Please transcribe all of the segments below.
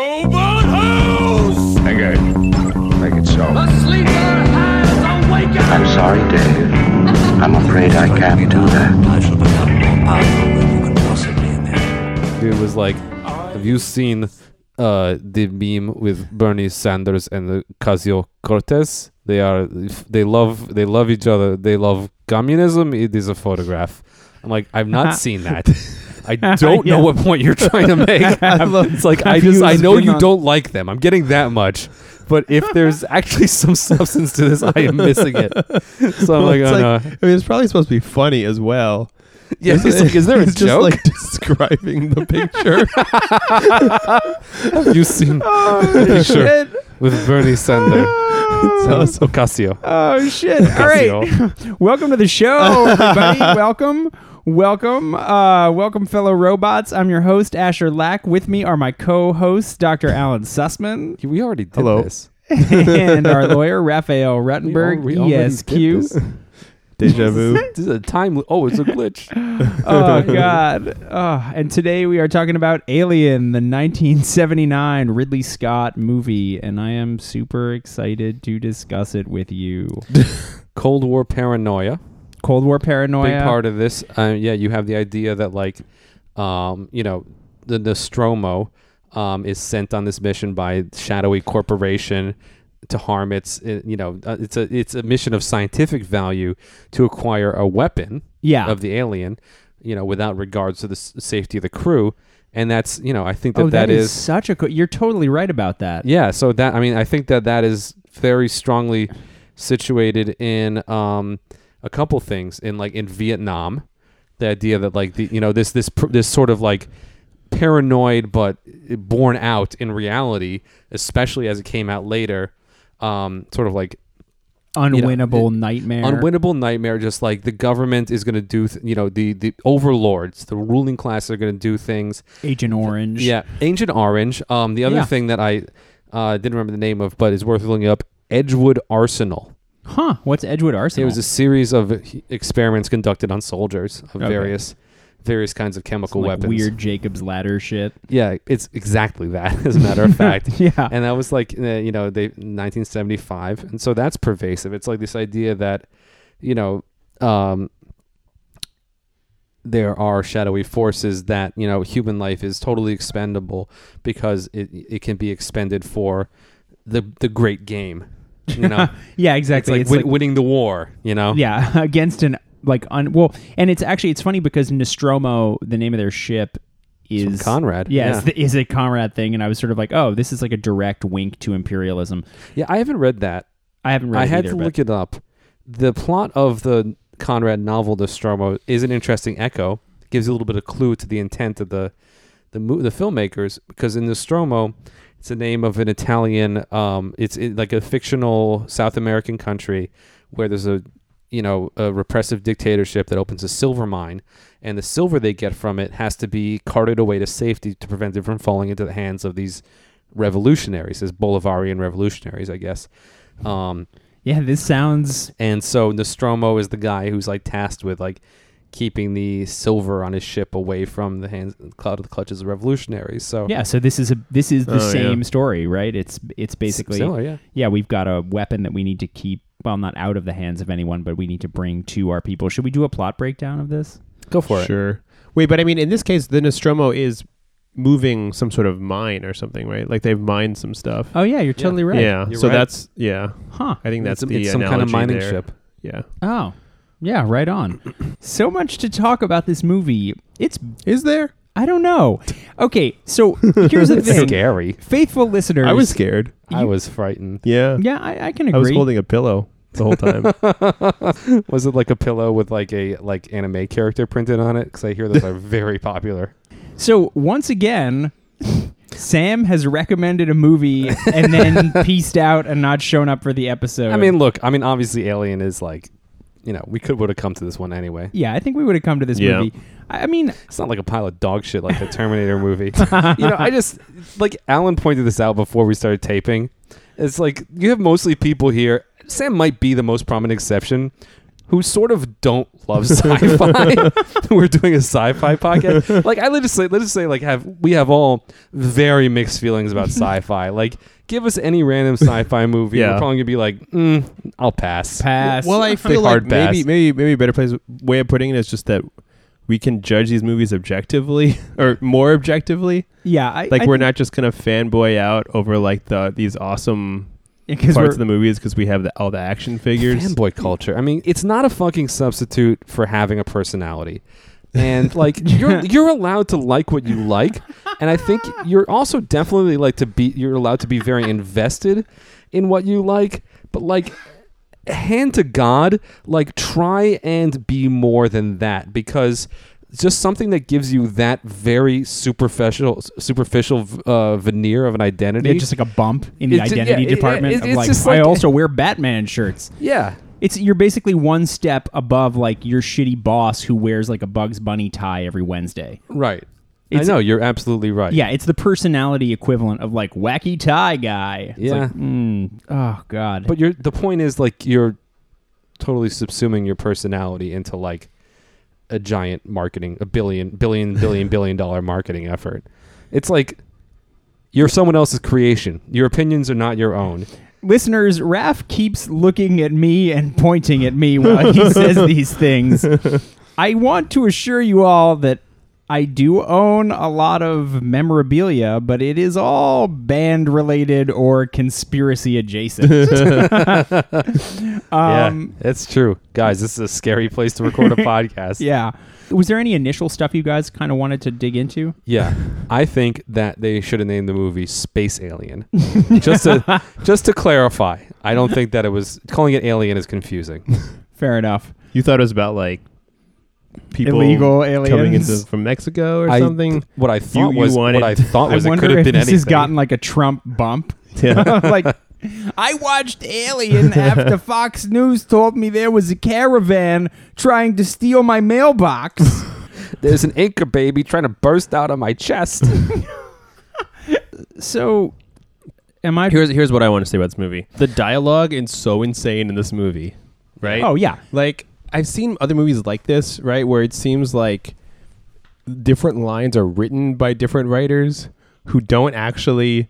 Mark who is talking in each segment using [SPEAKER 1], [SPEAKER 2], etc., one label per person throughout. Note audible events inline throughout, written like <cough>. [SPEAKER 1] robot house!
[SPEAKER 2] Engage. Make it so.
[SPEAKER 1] The sleeper has awakened!
[SPEAKER 3] I'm sorry, Dave. I'm afraid I can't do that.
[SPEAKER 4] I shall become more powerful than you can possibly imagine.
[SPEAKER 5] Dude was like, "Have you seen uh, the meme with Bernie Sanders and Casio Cortez? They are they love they love each other. They love communism. It is a photograph." I'm like, "I've not
[SPEAKER 6] <laughs>
[SPEAKER 5] seen that. I don't know
[SPEAKER 6] Yeah.
[SPEAKER 5] what point you're trying to
[SPEAKER 6] <laughs>
[SPEAKER 5] make." it's like I
[SPEAKER 6] have
[SPEAKER 5] just
[SPEAKER 6] you
[SPEAKER 5] I know
[SPEAKER 6] been
[SPEAKER 5] you
[SPEAKER 6] on-
[SPEAKER 5] don't like them. I'm getting that much. But if
[SPEAKER 6] <laughs>
[SPEAKER 5] there's actually some substance to this, I am missing it. So I'm like,
[SPEAKER 6] It's
[SPEAKER 5] oh,
[SPEAKER 6] like-
[SPEAKER 5] no.
[SPEAKER 6] I mean, it's probably supposed to be funny as well.
[SPEAKER 5] Yeah, it's like, is there a
[SPEAKER 6] <laughs> it's
[SPEAKER 5] joke?
[SPEAKER 6] Just like describing the
[SPEAKER 5] <laughs>
[SPEAKER 6] picture.
[SPEAKER 5] You've
[SPEAKER 6] <laughs>
[SPEAKER 5] seen
[SPEAKER 6] Oh,
[SPEAKER 5] picture <laughs> with Bernie Sanders.
[SPEAKER 7] <laughs>
[SPEAKER 5] Sounds Ocasio.
[SPEAKER 7] Oh shit! All
[SPEAKER 5] <laughs>
[SPEAKER 7] right, welcome to the show, everybody. welcome, welcome, uh, welcome, fellow robots. I'm your host Asher Lack. With me are my co-hosts Dr. Alan
[SPEAKER 5] <laughs>
[SPEAKER 7] Sussman
[SPEAKER 5] We already did
[SPEAKER 6] Hello.
[SPEAKER 5] this.
[SPEAKER 7] and our lawyer Raphael
[SPEAKER 5] We
[SPEAKER 7] Ruttenberg, E
[SPEAKER 5] al- we already did <laughs>
[SPEAKER 7] ESQ.
[SPEAKER 5] this.
[SPEAKER 6] Deja vu.
[SPEAKER 5] This is a time. Oh, it's a <laughs> glitch.
[SPEAKER 7] <laughs> oh god oh, and today we are talking about alien the 1979 ridley scott movie and i am super excited to discuss it with you
[SPEAKER 5] Cold War paranoia.
[SPEAKER 7] cold war paranoia
[SPEAKER 5] Big part of this. Uh, yeah, you have the idea that like, um, you know, the Nostromo um, is sent on this mission by shadowy corporation to harm its. uh, You know, uh, it's a it's a mission of scientific value to acquire a weapon.
[SPEAKER 7] yeah
[SPEAKER 5] of the alien, you know, without regards to the s- safety of the crew. And that's, you know, I think that
[SPEAKER 7] oh
[SPEAKER 5] that is,
[SPEAKER 7] such a co- you're totally right about that
[SPEAKER 5] yeah. So that, I mean, I think that that is very strongly situated in um, a couple things in like in Vietnam, the idea that like the, you know, this, this, pr- this sort of like paranoid, but borne out in reality, especially as it came out later, um, sort of like
[SPEAKER 7] unwinnable nightmare
[SPEAKER 5] unwinnable nightmare just like the government is going to do th- you know the the overlords the ruling class are going to do things
[SPEAKER 7] agent orange
[SPEAKER 5] yeah ancient orange um the other
[SPEAKER 7] Yeah.
[SPEAKER 5] thing that i uh didn't remember the name of but is worth looking up edgewood arsenal
[SPEAKER 7] huh what's edgewood arsenal
[SPEAKER 5] it was a series of h- experiments conducted on soldiers of
[SPEAKER 7] Okay.
[SPEAKER 5] various various kinds of chemical
[SPEAKER 7] like
[SPEAKER 5] weapons
[SPEAKER 7] weird jacob's ladder
[SPEAKER 5] <laughs>
[SPEAKER 7] shit
[SPEAKER 5] yeah it's exactly that <laughs> as a matter of fact
[SPEAKER 7] yeah
[SPEAKER 5] and that was like uh, you know they 1975 and so that's pervasive it's like this idea that you know um there are shadowy forces that you know human life is totally expendable because it it can be expended for the the great game you
[SPEAKER 7] <laughs>
[SPEAKER 5] know
[SPEAKER 7] yeah
[SPEAKER 5] it's
[SPEAKER 7] exactly
[SPEAKER 5] like,
[SPEAKER 7] It's
[SPEAKER 5] win-
[SPEAKER 7] like-
[SPEAKER 5] winning the war you know
[SPEAKER 7] yeah <laughs> against an like un well and it's actually it's funny because nostromo the name of their ship
[SPEAKER 5] from
[SPEAKER 7] is
[SPEAKER 5] Conrad,
[SPEAKER 7] yeah, it's
[SPEAKER 5] yeah.
[SPEAKER 7] the- is a conrad thing and i was sort of like oh this is like a direct wink to imperialism
[SPEAKER 5] yeah i haven't read that
[SPEAKER 7] i haven't read
[SPEAKER 5] i
[SPEAKER 7] it
[SPEAKER 5] had
[SPEAKER 7] either,
[SPEAKER 5] to
[SPEAKER 7] but-
[SPEAKER 5] look it up the plot of the conrad novel nostromo is an interesting echo gives you a little bit of clue to the intent of the the mo- the filmmakers because in Nostromo, it's the name of an Italian. Um, it's i- like a fictional South American country where there's a you know a repressive dictatorship that opens a silver mine, and the silver they get from it has to be carted away to safety to prevent it from falling into the hands of these revolutionaries, as Bolivarian revolutionaries, I guess. Um,
[SPEAKER 7] yeah this sounds
[SPEAKER 5] and so Nostromo is the guy who's like tasked with like keeping the silver on his ship away from the hands cloud of the clutches of revolutionaries. So
[SPEAKER 7] yeah so this is a this is the
[SPEAKER 6] Oh, yeah.
[SPEAKER 7] same story right it's it's basically
[SPEAKER 5] similar, yeah.
[SPEAKER 7] yeah we've got a weapon that we need to keep well not out of the hands of anyone but we need to bring to our people should we do a plot breakdown of this
[SPEAKER 5] Go for it.
[SPEAKER 6] Sure. Wait, but I mean, in this case, the Nostromo is moving some sort of mine or something, right? Like they've mined some stuff.
[SPEAKER 7] oh yeah you're totally right
[SPEAKER 6] Yeah.
[SPEAKER 5] You're
[SPEAKER 6] so
[SPEAKER 5] right.
[SPEAKER 6] that's yeah.
[SPEAKER 7] huh
[SPEAKER 6] I think that's
[SPEAKER 5] it's,
[SPEAKER 6] the
[SPEAKER 5] it's some kind of
[SPEAKER 6] analogy
[SPEAKER 5] mining
[SPEAKER 6] there.
[SPEAKER 5] ship.
[SPEAKER 6] Yeah.
[SPEAKER 7] Oh, yeah, right on. <clears throat> so much to talk about this movie. It's,
[SPEAKER 6] Is there?
[SPEAKER 7] I don't know. Okay, so
[SPEAKER 6] <laughs>
[SPEAKER 7] here's the thing.
[SPEAKER 5] Scary.
[SPEAKER 7] Faithful listeners.
[SPEAKER 6] I was scared.
[SPEAKER 5] I was frightened.
[SPEAKER 6] Yeah.
[SPEAKER 7] Yeah, I, I can agree.
[SPEAKER 6] I was holding a pillow the whole
[SPEAKER 5] <laughs>
[SPEAKER 6] time.
[SPEAKER 5] Was it like a pillow with like a like anime character printed on it? Because I hear those
[SPEAKER 6] <laughs>
[SPEAKER 5] are very popular.
[SPEAKER 7] so once again, Sam has recommended a movie and
[SPEAKER 6] <laughs>
[SPEAKER 7] then pieced out and not shown up for the
[SPEAKER 6] Uh,
[SPEAKER 7] episode.
[SPEAKER 5] I mean, look. I mean, obviously, Alien is like, you know, we could would have come to this one anyway.
[SPEAKER 7] yeah, I think we would have come to this
[SPEAKER 6] Yeah.
[SPEAKER 7] movie. I I mean,
[SPEAKER 5] It's not like a pile of dog shit like the Terminator movie.
[SPEAKER 6] <laughs>
[SPEAKER 5] <laughs> you know, I just like Alan pointed this out before we started taping. It's like you have mostly people here. Sam might be the most prominent exception who sort of don't love sci-fi. <laughs> We're doing a sci-fi podcast. Like I let's just say, let's just say, like have we have all very mixed feelings about sci-fi. Like give us any random sci-fi movie,
[SPEAKER 6] Yeah.
[SPEAKER 5] we're probably gonna be like, mm, I'll pass.
[SPEAKER 7] <laughs> Pass. <laughs>
[SPEAKER 6] Well, I
[SPEAKER 5] Big
[SPEAKER 6] feel like
[SPEAKER 5] hard pass.
[SPEAKER 6] maybe maybe maybe a better place way of putting it is just that we can judge these movies objectively <laughs> or more objectively.
[SPEAKER 7] yeah, I,
[SPEAKER 6] Like
[SPEAKER 7] I
[SPEAKER 6] we're not just gonna fanboy out over like the these awesome
[SPEAKER 7] because
[SPEAKER 6] parts of the movies because we have the, all the action figures.
[SPEAKER 5] Fanboy culture. I mean, it's not a fucking substitute for having a personality.
[SPEAKER 7] <laughs>
[SPEAKER 5] And like you're you're allowed to like what you like, and I think you're also definitely like to be you're allowed to be very invested in what you like, but like hand to God, like try and be more than that because just something that gives you that very superficial superficial uh, veneer of an identity.
[SPEAKER 7] Yeah, just like a bump in the
[SPEAKER 5] It's- yeah,
[SPEAKER 7] identity
[SPEAKER 5] it-
[SPEAKER 7] department
[SPEAKER 5] it-
[SPEAKER 7] of
[SPEAKER 5] it's
[SPEAKER 7] like,
[SPEAKER 5] just
[SPEAKER 7] I
[SPEAKER 5] like-
[SPEAKER 7] also wear Batman shirts.
[SPEAKER 5] yeah,
[SPEAKER 7] It's you're basically one step above like your shitty boss who wears like a Bugs Bunny tie every Wednesday.
[SPEAKER 5] right.
[SPEAKER 7] It's-
[SPEAKER 5] I know you're absolutely right.
[SPEAKER 7] Yeah, it's the personality equivalent of like wacky tie guy. It's
[SPEAKER 5] Yeah.
[SPEAKER 7] like, mm, oh god.
[SPEAKER 5] But you're the point is like you're totally subsuming your personality into like a giant marketing, a billion, billion, billion,
[SPEAKER 7] <laughs>
[SPEAKER 5] billion dollar marketing effort. It's like you're someone else's creation. Your opinions are not your own.
[SPEAKER 7] listeners, Raph keeps looking at me and <laughs> pointing at me
[SPEAKER 5] <laughs>
[SPEAKER 7] while he says these things. I want to assure you all that I do own a lot of memorabilia, but it is all band related or conspiracy
[SPEAKER 5] <laughs>
[SPEAKER 7] adjacent. Um,
[SPEAKER 5] yeah, that's true, guys. This is a scary place to record
[SPEAKER 7] <laughs>
[SPEAKER 5] a podcast.
[SPEAKER 7] yeah. Was there any initial stuff you guys kind of wanted to dig into?
[SPEAKER 5] Yeah, I think that they should have named the movie Space
[SPEAKER 7] <laughs>
[SPEAKER 5] Alien. just to just to clarify, I don't think that it was calling it Alien is confusing.
[SPEAKER 7] Fair enough.
[SPEAKER 6] You thought it was about like people
[SPEAKER 7] Illegal
[SPEAKER 6] coming into
[SPEAKER 7] aliens.
[SPEAKER 6] from Mexico or
[SPEAKER 5] I-
[SPEAKER 6] something.
[SPEAKER 5] what I thought
[SPEAKER 6] you
[SPEAKER 5] was
[SPEAKER 6] wanted-
[SPEAKER 5] what I thought was
[SPEAKER 7] I
[SPEAKER 5] it could
[SPEAKER 7] wonder
[SPEAKER 5] have
[SPEAKER 7] if
[SPEAKER 5] been
[SPEAKER 7] this
[SPEAKER 5] anything.
[SPEAKER 7] has gotten like a Trump bump.
[SPEAKER 6] <laughs> Yeah.
[SPEAKER 7] <laughs> like I watched Alien <laughs> after Fox News told me there was a caravan trying to steal my mailbox.
[SPEAKER 5] There's an anchor baby trying to burst out of my
[SPEAKER 7] <laughs>
[SPEAKER 5] chest.
[SPEAKER 7] <laughs> so am I
[SPEAKER 6] here's here's what I want to say about this movie. The dialogue is so insane in this movie, right?
[SPEAKER 7] Oh yeah.
[SPEAKER 6] like I've seen other movies like this, right, where it seems like different lines are written by different writers who don't actually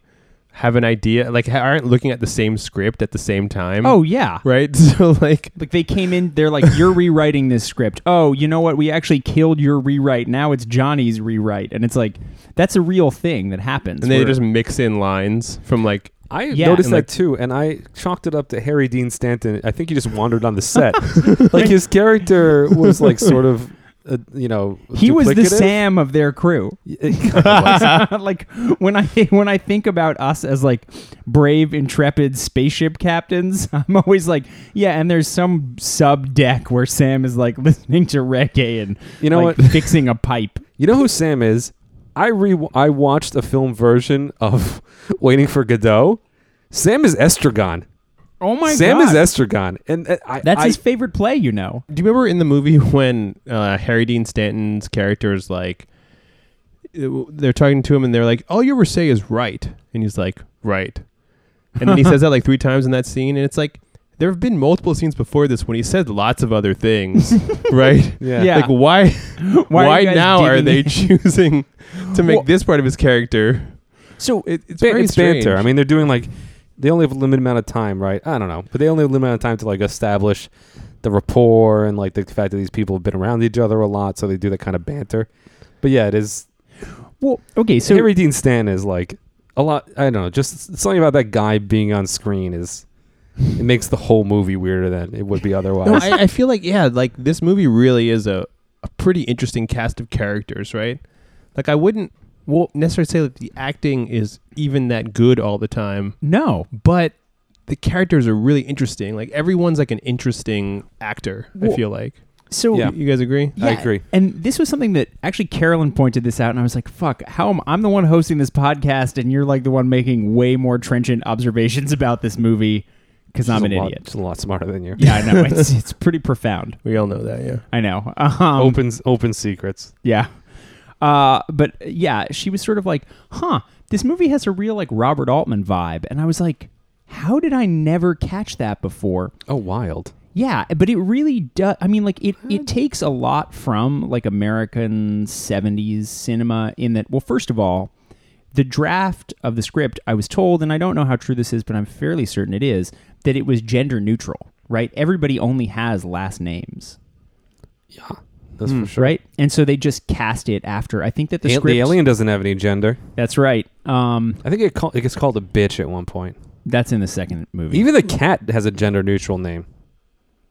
[SPEAKER 6] have an idea, like ha- aren't looking at the same script at the same time.
[SPEAKER 7] Oh yeah.
[SPEAKER 6] right. <laughs> So like,
[SPEAKER 7] Like they came in, they're like, "You're rewriting this script." Oh, you know what? We actually killed your rewrite. Now it's Johnny's rewrite, and it's like that's a real thing that happens.
[SPEAKER 6] and they
[SPEAKER 7] where-
[SPEAKER 6] just mix in lines from like.
[SPEAKER 5] I
[SPEAKER 7] Yeah.
[SPEAKER 5] noticed
[SPEAKER 7] And,
[SPEAKER 5] that
[SPEAKER 6] like-
[SPEAKER 5] too, and I chalked it up to Harry Dean Stanton. I think he just wandered on the
[SPEAKER 7] <laughs>
[SPEAKER 5] set. like his character was like sort of, uh, you know,
[SPEAKER 7] he was the
[SPEAKER 5] duplicative.
[SPEAKER 7] Sam of
[SPEAKER 5] <laughs>
[SPEAKER 7] their crew. <laughs> like when I when I think about us as like brave, intrepid spaceship captains, <laughs> I'm always like, yeah. And there's some sub deck where Sam is like <laughs> listening to reggae and
[SPEAKER 5] You know
[SPEAKER 7] like,
[SPEAKER 5] what?
[SPEAKER 7] fixing
[SPEAKER 5] <laughs>
[SPEAKER 7] a pipe.
[SPEAKER 5] You know who Sam is? I re I watched a film version of <laughs> Waiting for Godot. Sam is Estragon.
[SPEAKER 7] Oh my
[SPEAKER 5] Sam is
[SPEAKER 7] god,
[SPEAKER 5] Estragon, and uh, I,
[SPEAKER 7] that's
[SPEAKER 5] I-
[SPEAKER 7] his favorite play. You know,
[SPEAKER 6] Do you remember in the movie <laughs> when uh, Harry Dean Stanton's character is like, uh, they're talking to him and they're like, "All you ever say is right," and he's like, "Right," and then he
[SPEAKER 7] <laughs>
[SPEAKER 6] says that like three times in that scene, and it's like there have been multiple scenes before this when he said lots of other
[SPEAKER 7] <laughs>
[SPEAKER 6] things, right?
[SPEAKER 5] yeah.
[SPEAKER 7] Yeah.
[SPEAKER 6] Like why?
[SPEAKER 7] Why
[SPEAKER 6] Why,
[SPEAKER 7] are you guys
[SPEAKER 6] now are
[SPEAKER 7] digging
[SPEAKER 6] they
[SPEAKER 7] in?
[SPEAKER 6] <laughs> choosing to make
[SPEAKER 7] Well-
[SPEAKER 6] this part of his character?
[SPEAKER 7] so
[SPEAKER 6] It, it's
[SPEAKER 5] Ba-
[SPEAKER 6] very
[SPEAKER 5] it's
[SPEAKER 6] strange.
[SPEAKER 5] banter. I mean, they're doing like they only have a limited amount of time, right? I don't know, but they only have a limited amount of time to like establish the rapport and like the fact that these people have been around each other a lot, so they do that kind of banter. But yeah, it is.
[SPEAKER 7] well, okay, so
[SPEAKER 5] So Harry Dean Stanton is like a lot. I don't know, just something about that guy being on screen is it makes the whole movie weirder than it would be otherwise.
[SPEAKER 6] No, I, I feel like yeah, like this movie really is a, a pretty interesting cast of characters, right? Like I wouldn't well necessarily say that the acting is even that good all the time,
[SPEAKER 7] no.
[SPEAKER 6] but the characters are really interesting. Like everyone's like an interesting actor. I
[SPEAKER 7] Well,
[SPEAKER 6] feel like
[SPEAKER 7] So
[SPEAKER 5] Yeah.
[SPEAKER 6] you guys agree.
[SPEAKER 5] I agree.
[SPEAKER 7] And this was something that actually Carolyn pointed this out, and I was like, "Fuck! How am I'm the one hosting this podcast, and you're like the one making way more trenchant observations about this movie because
[SPEAKER 5] She's
[SPEAKER 7] I'm
[SPEAKER 5] a
[SPEAKER 7] an
[SPEAKER 5] lot-
[SPEAKER 7] idiot."
[SPEAKER 5] she's a lot smarter than you.
[SPEAKER 7] Yeah, I know. It's it's pretty profound.
[SPEAKER 6] We all know that, yeah.
[SPEAKER 7] I know. <laughs> Um,
[SPEAKER 5] Opens open secrets.
[SPEAKER 7] Yeah. Uh, but yeah, she was sort of like, "Huh, this movie has a real like Robert Altman vibe," and I was like, "How did I never catch that before?"
[SPEAKER 5] Oh, wild.
[SPEAKER 7] Yeah, but it really does. I mean, like it, it takes a lot from like American '70s cinema in that. Well, first of all, the draft of the script I was told, and I don't know how true this is, but I'm fairly certain it is that it was gender neutral. Right? Everybody only has last names,
[SPEAKER 5] That's for sure.
[SPEAKER 7] right? And so they just cast it after. I think that the
[SPEAKER 5] Hmm. The,
[SPEAKER 7] script.
[SPEAKER 5] the alien doesn't have any gender.
[SPEAKER 7] That's right. Um,
[SPEAKER 5] I think it, call, it gets called a bitch at one point.
[SPEAKER 7] that's in the second movie.
[SPEAKER 5] Even the cat has a gender neutral name.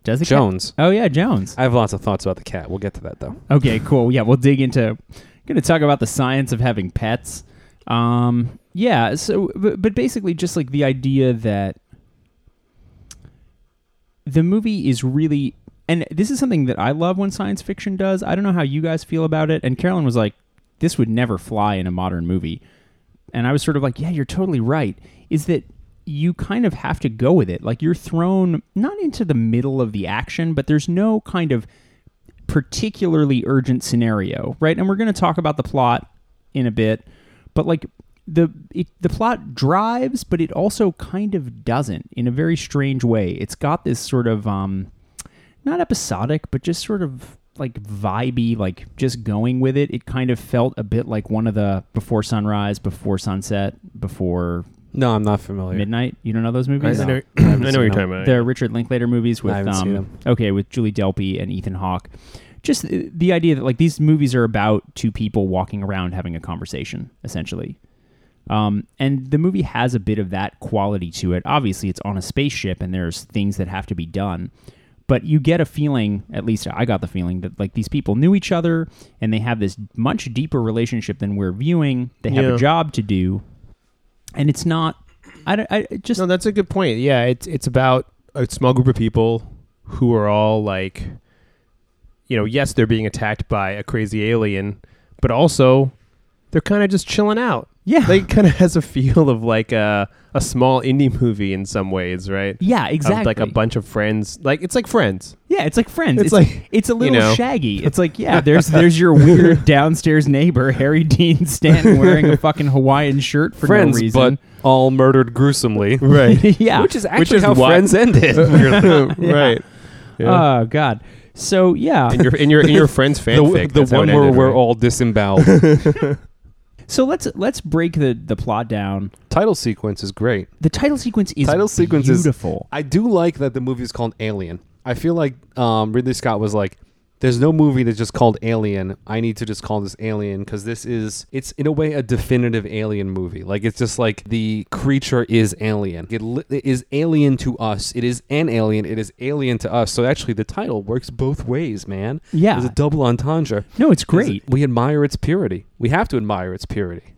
[SPEAKER 7] Does it count?
[SPEAKER 5] Jones.
[SPEAKER 7] Oh yeah, Jones.
[SPEAKER 5] I have lots of thoughts about the cat. We'll get to that though.
[SPEAKER 7] Okay, cool. Yeah, we'll dig into. Going to talk about the science of having pets. Um, yeah. So, but, but basically, just like the idea that the movie is really, and this is something that I love when science fiction does. I don't know how you guys feel about it. And Carolyn was like, "This would never fly in a modern movie," and I was sort of like, "Yeah, you're totally right." Is that you kind of have to go with it. Like you're thrown not into the middle of the action, but there's no kind of particularly urgent scenario, right? And we're going to talk about the plot in a bit, but like the it, the plot drives, but it also kind of doesn't in a very strange way. It's got this sort of um, not episodic, but just sort of like vibey, like just going with it. It kind of felt a bit like one of the before sunrise, before sunset, before
[SPEAKER 5] No, I'm not familiar.
[SPEAKER 7] midnight. You don't know those movies?
[SPEAKER 6] I know, I know what you're talking about.
[SPEAKER 7] the Richard Linklater movies with
[SPEAKER 5] I haven't seen
[SPEAKER 7] um,
[SPEAKER 5] them.
[SPEAKER 7] okay with Julie Delpy and Ethan Hawke. Just the, the idea that like these movies are about two people walking around having a conversation essentially. Um, and the movie has a bit of that quality to it. Obviously, it's on a spaceship and there's things that have to be done. But you get a feeling, at least I got the feeling, that like these people knew each other and they have this much deeper relationship than we're viewing. They have
[SPEAKER 6] Yeah.
[SPEAKER 7] a job to do. And it's not, I, don't- I it just,
[SPEAKER 6] No, that's a good point. Yeah, it's it's about a small group of people who are all like, you know, yes, they're being attacked by a crazy alien, but also they're kind of just chilling
[SPEAKER 7] <laughs>
[SPEAKER 6] out.
[SPEAKER 7] yeah.
[SPEAKER 6] Like, kind of has a feel of like a a small indie movie in some ways, right?
[SPEAKER 7] Yeah, exactly.
[SPEAKER 6] Of like a bunch of friends. Like it's like friends.
[SPEAKER 7] Yeah, it's like friends.
[SPEAKER 6] It's
[SPEAKER 7] It's, like
[SPEAKER 6] like,
[SPEAKER 7] it's a
[SPEAKER 6] you
[SPEAKER 7] little
[SPEAKER 6] know.
[SPEAKER 7] shaggy. It's like yeah, there's there's your weird downstairs neighbor Harry Dean Stanton wearing a fucking Hawaiian shirt for
[SPEAKER 5] friends,
[SPEAKER 7] no reason.
[SPEAKER 5] but all murdered gruesomely.
[SPEAKER 6] <laughs> Right.
[SPEAKER 7] <laughs>
[SPEAKER 5] <laughs>
[SPEAKER 7] yeah,
[SPEAKER 5] Which is actually
[SPEAKER 6] is
[SPEAKER 5] how
[SPEAKER 6] why-
[SPEAKER 5] friends ended.
[SPEAKER 6] <laughs> right. Yeah.
[SPEAKER 7] oh god. So yeah,
[SPEAKER 6] Uh, in your in your in your <laughs> friend's fanfic.
[SPEAKER 5] the
[SPEAKER 6] that's how
[SPEAKER 5] one
[SPEAKER 6] it
[SPEAKER 5] where
[SPEAKER 6] ended,
[SPEAKER 5] we're
[SPEAKER 6] right?
[SPEAKER 5] all disemboweled. <laughs>
[SPEAKER 7] so let's let's break the the plot down.
[SPEAKER 5] Title sequence is great.
[SPEAKER 7] The title sequence is
[SPEAKER 5] Title sequence is-
[SPEAKER 7] beautiful.
[SPEAKER 5] I do like that the movie is called Alien. I feel like um, Ridley Scott was like, "There's no movie that's just called Alien. I need to just call this Alien because this is it's in a way a definitive Alien movie. Like it's just like the creature is alien. It, li- it is alien to us. It is an alien. It is alien to us. So actually, the title works both ways, man.
[SPEAKER 7] Yeah.
[SPEAKER 5] there's a double entendre.
[SPEAKER 7] no, it's great.
[SPEAKER 5] We admire its purity. We have to admire its purity.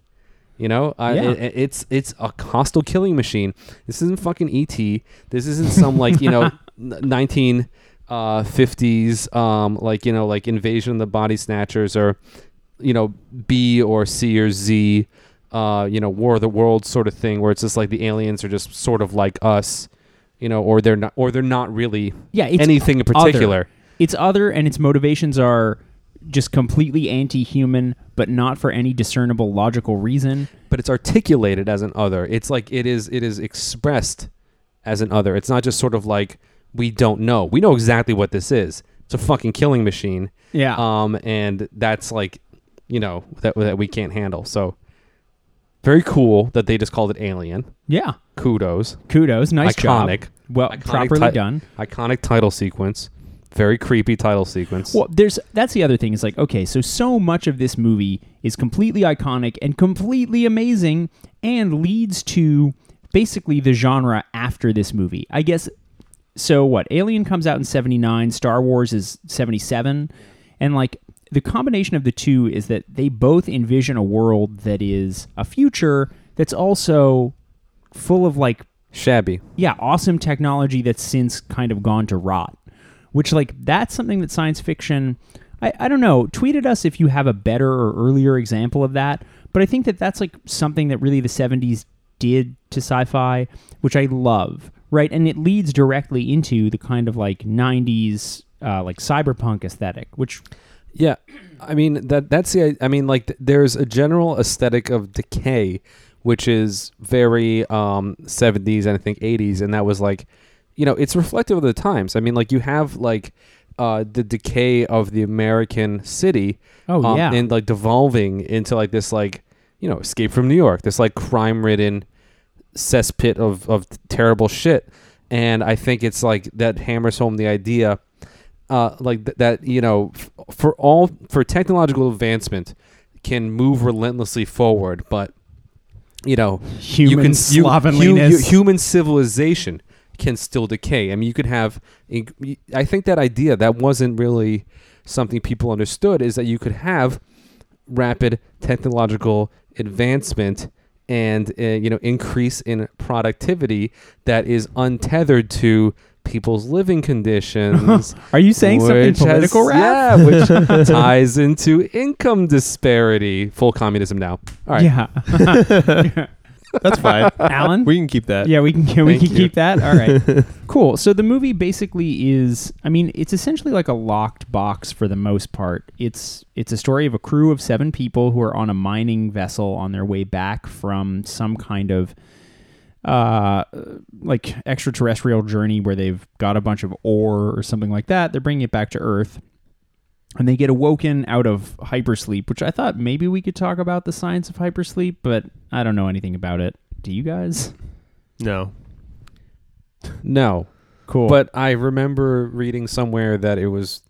[SPEAKER 5] You know, I,
[SPEAKER 7] Yeah.
[SPEAKER 5] it- it's it's a hostile killing machine. This isn't fucking ET. This isn't some like you
[SPEAKER 7] <laughs>
[SPEAKER 5] know nineteen uh, fifties um, like you know like invasion of the body snatchers or you know B or C or Z uh, you know War of the Worlds sort of thing where it's just like the aliens are just sort of like us you know or they're not or they're not really
[SPEAKER 7] Yeah, it's
[SPEAKER 5] anything in
[SPEAKER 7] other.
[SPEAKER 5] particular.
[SPEAKER 7] It's other, and its motivations are just completely anti-human, but not for any discernible logical reason.
[SPEAKER 5] but it's articulated as an other. It's like it is it is expressed as an other. It's not just sort of like we don't know. We know exactly what this is. It's a fucking killing machine.
[SPEAKER 7] Yeah.
[SPEAKER 5] Um and that's like you know that that we can't handle. So very cool that they just called it alien.
[SPEAKER 7] Yeah,
[SPEAKER 5] Kudos.
[SPEAKER 7] kudos, nice
[SPEAKER 5] Iconic.
[SPEAKER 7] job. Well,
[SPEAKER 5] Iconic
[SPEAKER 7] properly
[SPEAKER 5] ti-
[SPEAKER 7] done.
[SPEAKER 5] Iconic title sequence. Very creepy title sequence.
[SPEAKER 7] Well, there's that's the other thing. Is like okay, so so much of this movie is completely iconic and completely amazing, and leads to basically the genre after this movie. I guess. So what? Alien comes out in '79. Star Wars is '77, and like the combination of the two is that they both envision a world that is a future that's also full of like
[SPEAKER 5] Shabby.
[SPEAKER 7] yeah, awesome technology that's since kind of gone to rot. Which like that's something that science fiction I, I don't know, tweet at us if you have a better or earlier example of that. But I think that that's like something that really the 70s did to sci-fi, which I love, right? And it leads directly into the kind of like 90s uh, like cyberpunk aesthetic, which
[SPEAKER 5] Yeah, I mean that. That's the. I mean, like, th- there's a general aesthetic of decay, which is very um 70s and I think 80s, and that was like you know, it's reflective of the times. I mean, like you have like uh, the decay of the American city. um,
[SPEAKER 7] Oh, yeah.
[SPEAKER 5] and like devolving into like this like you know escape from New York, this like crime ridden cesspit of of terrible shit. And I think it's like that hammers home the idea, uh, like th- that you know, f- for all for technological advancement can move relentlessly forward, but you know,
[SPEAKER 7] Human
[SPEAKER 5] you-
[SPEAKER 7] slovenliness.
[SPEAKER 5] hu- hu- human civilization can still decay. I mean, you could have. I think that idea that wasn't really something people understood is that you could have rapid technological advancement and uh, you know increase in productivity that is untethered to people's living conditions.
[SPEAKER 7] Are you <laughs> saying something
[SPEAKER 5] which has-
[SPEAKER 7] political, Raph?
[SPEAKER 5] Yeah,
[SPEAKER 7] <laughs>
[SPEAKER 5] which ties into income disparity. Full communism now. All right.
[SPEAKER 7] Yeah. <laughs>
[SPEAKER 5] <laughs>
[SPEAKER 6] That's <laughs> fine.
[SPEAKER 7] Alan?
[SPEAKER 6] we can keep that.
[SPEAKER 7] yeah, we can we
[SPEAKER 5] Thank
[SPEAKER 7] can
[SPEAKER 5] you.
[SPEAKER 7] keep that. All
[SPEAKER 5] <laughs>
[SPEAKER 7] right. cool. So the movie basically is I mean, it's essentially like a locked box for the most part. It's it's a story of a crew of 7 people who are on a mining vessel on their way back from some kind of uh like extraterrestrial journey where they've got a bunch of ore or something like that. They're bringing it back to Earth. and they get awoken out of hypersleep, which I thought maybe we could talk about the science of hypersleep, but I don't know anything about it. Do you guys?
[SPEAKER 6] No.
[SPEAKER 5] No.
[SPEAKER 7] Cool.
[SPEAKER 5] But I remember reading somewhere that it was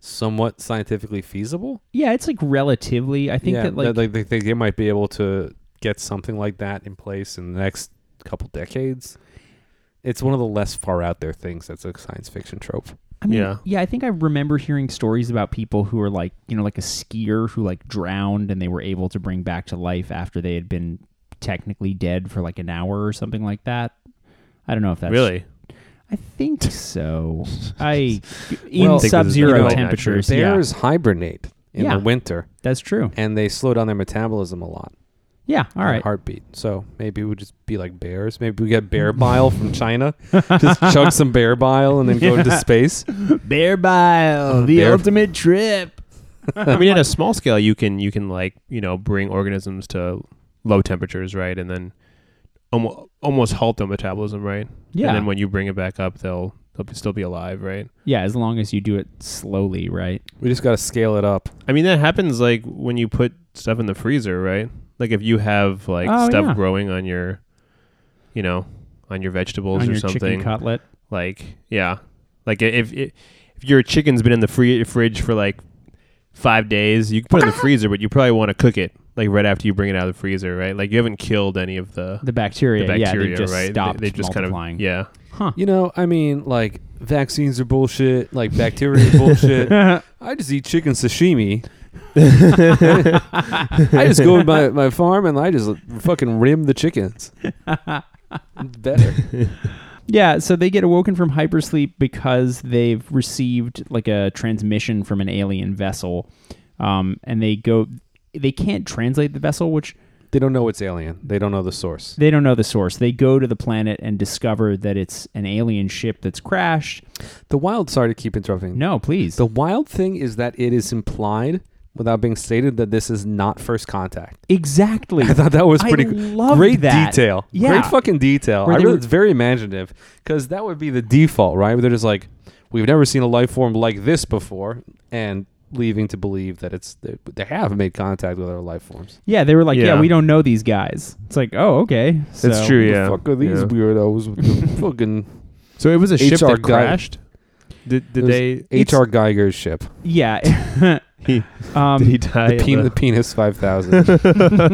[SPEAKER 5] somewhat scientifically feasible.
[SPEAKER 7] yeah, it's like relatively. I think
[SPEAKER 5] yeah,
[SPEAKER 7] that like,
[SPEAKER 5] they, they, they might be able to get something like that in place in the next couple decades. It's one of the less far out there things that's a science fiction trope.
[SPEAKER 7] I mean, yeah.
[SPEAKER 6] yeah.
[SPEAKER 7] I think I remember hearing stories about people who are like, you know, like a skier who like drowned and they were able to bring back to life after they had been technically dead for like an hour or something like that. I don't know if that's
[SPEAKER 6] Really?
[SPEAKER 7] I think so. I in
[SPEAKER 5] Well, I think this is
[SPEAKER 7] sub-zero
[SPEAKER 5] really
[SPEAKER 7] temperatures. Yeah,
[SPEAKER 5] Bears hibernate in
[SPEAKER 7] Yeah.
[SPEAKER 5] the winter
[SPEAKER 7] that's true.
[SPEAKER 5] and they slow down their metabolism a lot.
[SPEAKER 7] Yeah. All
[SPEAKER 5] their
[SPEAKER 7] right.
[SPEAKER 5] Heartbeat. So maybe we just be like bears. Maybe we get
[SPEAKER 7] <laughs>
[SPEAKER 5] bear bile from China. just chug some bear bile and then go
[SPEAKER 7] <laughs>
[SPEAKER 5] into space.
[SPEAKER 7] Bear bile, the
[SPEAKER 5] Bear-
[SPEAKER 7] ultimate trip.
[SPEAKER 6] I mean,
[SPEAKER 7] <laughs>
[SPEAKER 6] at a small scale, you can you can like you know bring organisms to low temperatures, right, and then almost almost halt their metabolism, right?
[SPEAKER 7] Yeah.
[SPEAKER 6] And then when you bring it back up, they'll they'll be- still be alive, right?
[SPEAKER 7] Yeah, as long as you do it slowly, right?
[SPEAKER 5] We just got to scale it up.
[SPEAKER 6] I mean, that happens like when you put stuff in the freezer, right? Like if you have like
[SPEAKER 7] Oh,
[SPEAKER 6] stuff
[SPEAKER 7] yeah.
[SPEAKER 6] growing on your, you know, on your vegetables
[SPEAKER 7] On
[SPEAKER 6] or
[SPEAKER 7] your chicken
[SPEAKER 6] something.
[SPEAKER 7] cutlet.
[SPEAKER 6] like yeah, like if if your chicken's been in the free fridge for like five days, you can put it in the freezer, but you probably want to cook it like right after you bring it out of the freezer, right? Like you haven't killed any of the
[SPEAKER 7] The bacteria,
[SPEAKER 6] the bacteria,
[SPEAKER 7] yeah, they just
[SPEAKER 6] right?
[SPEAKER 7] stopped
[SPEAKER 6] they, they just
[SPEAKER 7] multiplying.
[SPEAKER 6] kind of yeah.
[SPEAKER 5] You know, I mean, like vaccines are bullshit. Like bacteria are bullshit.
[SPEAKER 7] <laughs>
[SPEAKER 6] <laughs>
[SPEAKER 5] I just eat chicken sashimi. I just go to my, my farm and I just fucking rim the chickens. Better.
[SPEAKER 7] Yeah, so they get awoken from hypersleep because they've received like a transmission from an alien vessel, um, and they go. They can't translate the vessel, which
[SPEAKER 5] They don't know it's alien. They don't know the source.
[SPEAKER 7] they don't know the source. They go to the planet and discover that it's an alien ship that's crashed.
[SPEAKER 5] The wild. Sorry to keep interrupting.
[SPEAKER 7] No, please.
[SPEAKER 5] The wild thing is that it is implied without being stated that this is not first contact.
[SPEAKER 6] <laughs>
[SPEAKER 7] exactly.
[SPEAKER 5] I thought that was
[SPEAKER 7] I
[SPEAKER 5] pretty
[SPEAKER 7] loved
[SPEAKER 5] great
[SPEAKER 7] that.
[SPEAKER 5] detail.
[SPEAKER 7] Yeah.
[SPEAKER 5] Great fucking detail.
[SPEAKER 7] Where
[SPEAKER 5] I
[SPEAKER 7] they
[SPEAKER 5] really,
[SPEAKER 7] were-
[SPEAKER 5] it's very imaginative because that would be the default, right? Where they're just like, we've never seen a life form like this before, and leaving to believe that it's that they have made contact with other life forms.
[SPEAKER 7] Yeah, they were like, yeah.
[SPEAKER 6] Yeah.
[SPEAKER 7] we don't know these guys. It's like, oh, okay. So,
[SPEAKER 6] That's true.
[SPEAKER 5] The
[SPEAKER 6] Yeah.
[SPEAKER 5] fuck are these
[SPEAKER 6] Yeah.
[SPEAKER 5] weirdos
[SPEAKER 6] <laughs>
[SPEAKER 5] with the fucking
[SPEAKER 6] So it was a ship
[SPEAKER 5] HR
[SPEAKER 6] that
[SPEAKER 5] guy.
[SPEAKER 6] crashed. Did
[SPEAKER 5] it
[SPEAKER 6] did
[SPEAKER 5] was
[SPEAKER 6] they?
[SPEAKER 5] H.R. Geiger's ship,
[SPEAKER 7] Yeah. <laughs>
[SPEAKER 6] He, <laughs>
[SPEAKER 7] um,
[SPEAKER 6] did he die?
[SPEAKER 5] the,
[SPEAKER 6] at
[SPEAKER 5] pen-
[SPEAKER 6] <laughs>
[SPEAKER 5] the penis five thousand,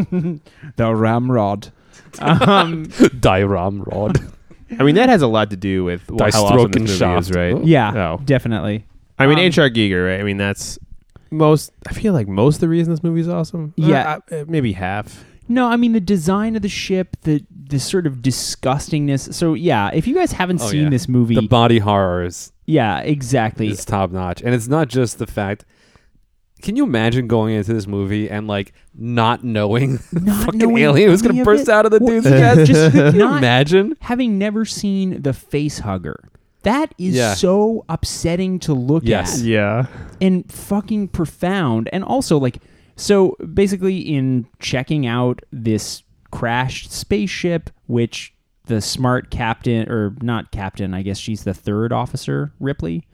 [SPEAKER 7] <laughs> the ramrod. Um,
[SPEAKER 5] diram rod,
[SPEAKER 6] I mean, that has a lot to do with wh- how awesome
[SPEAKER 5] Dystroken
[SPEAKER 6] this movie
[SPEAKER 5] shaft.
[SPEAKER 6] is, right?
[SPEAKER 7] yeah,
[SPEAKER 6] Oh.
[SPEAKER 7] definitely.
[SPEAKER 6] I mean,
[SPEAKER 7] Um,
[SPEAKER 6] H.R. Giger, right? I mean, that's most. I feel like most of the reason this movie's awesome. Uh,
[SPEAKER 7] Yeah.
[SPEAKER 6] I- uh, maybe half.
[SPEAKER 7] No, I mean the design of the ship, the the sort of disgustingness. So yeah, if you guys haven't
[SPEAKER 5] Oh,
[SPEAKER 7] seen
[SPEAKER 5] yeah.
[SPEAKER 7] this movie,
[SPEAKER 5] the body horrors.
[SPEAKER 7] yeah, exactly.
[SPEAKER 5] It's top notch, and it's not just the fact. Can you imagine going into this movie and like not knowing
[SPEAKER 7] Not
[SPEAKER 5] fucking
[SPEAKER 7] knowing
[SPEAKER 5] alien was
[SPEAKER 7] any
[SPEAKER 5] gonna
[SPEAKER 7] of
[SPEAKER 5] burst
[SPEAKER 7] it.
[SPEAKER 5] out of the
[SPEAKER 7] Well,
[SPEAKER 5] dude's
[SPEAKER 7] yeah,
[SPEAKER 5] chest? <laughs>
[SPEAKER 7] just
[SPEAKER 5] Can you
[SPEAKER 7] not-
[SPEAKER 5] imagine?
[SPEAKER 7] Having never seen the face hugger, that is
[SPEAKER 5] Yeah.
[SPEAKER 7] so upsetting to look
[SPEAKER 5] Yes.
[SPEAKER 7] at.
[SPEAKER 6] Yeah.
[SPEAKER 7] and fucking profound and also like so basically in checking out this crashed spaceship which the smart captain or not captain, I guess she's the third officer, Ripley.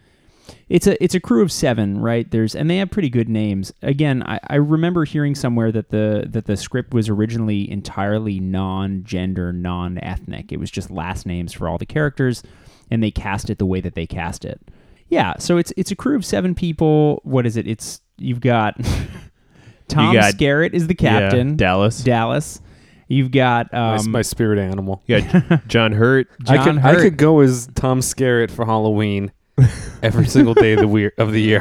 [SPEAKER 7] It's a it's a crew of seven, right? There's and they have pretty good names. Again, I, I remember hearing somewhere that the that the script was originally entirely non-gender, non-ethnic. It was just last names for all the characters, and they cast it the way that they cast it. Yeah, so it's it's a crew of seven people. What is it? It's you've got <laughs> Tom
[SPEAKER 6] got-
[SPEAKER 7] Skerritt is the captain.
[SPEAKER 6] Yeah, Dallas.
[SPEAKER 7] Dallas. You've got um,
[SPEAKER 5] That's my spirit animal.
[SPEAKER 6] yeah,
[SPEAKER 7] <laughs>
[SPEAKER 6] John Hurt.
[SPEAKER 5] I
[SPEAKER 7] John
[SPEAKER 5] could I
[SPEAKER 7] Hurt.
[SPEAKER 5] could go as Tom Skerritt for Halloween every single day of the weir- of the year.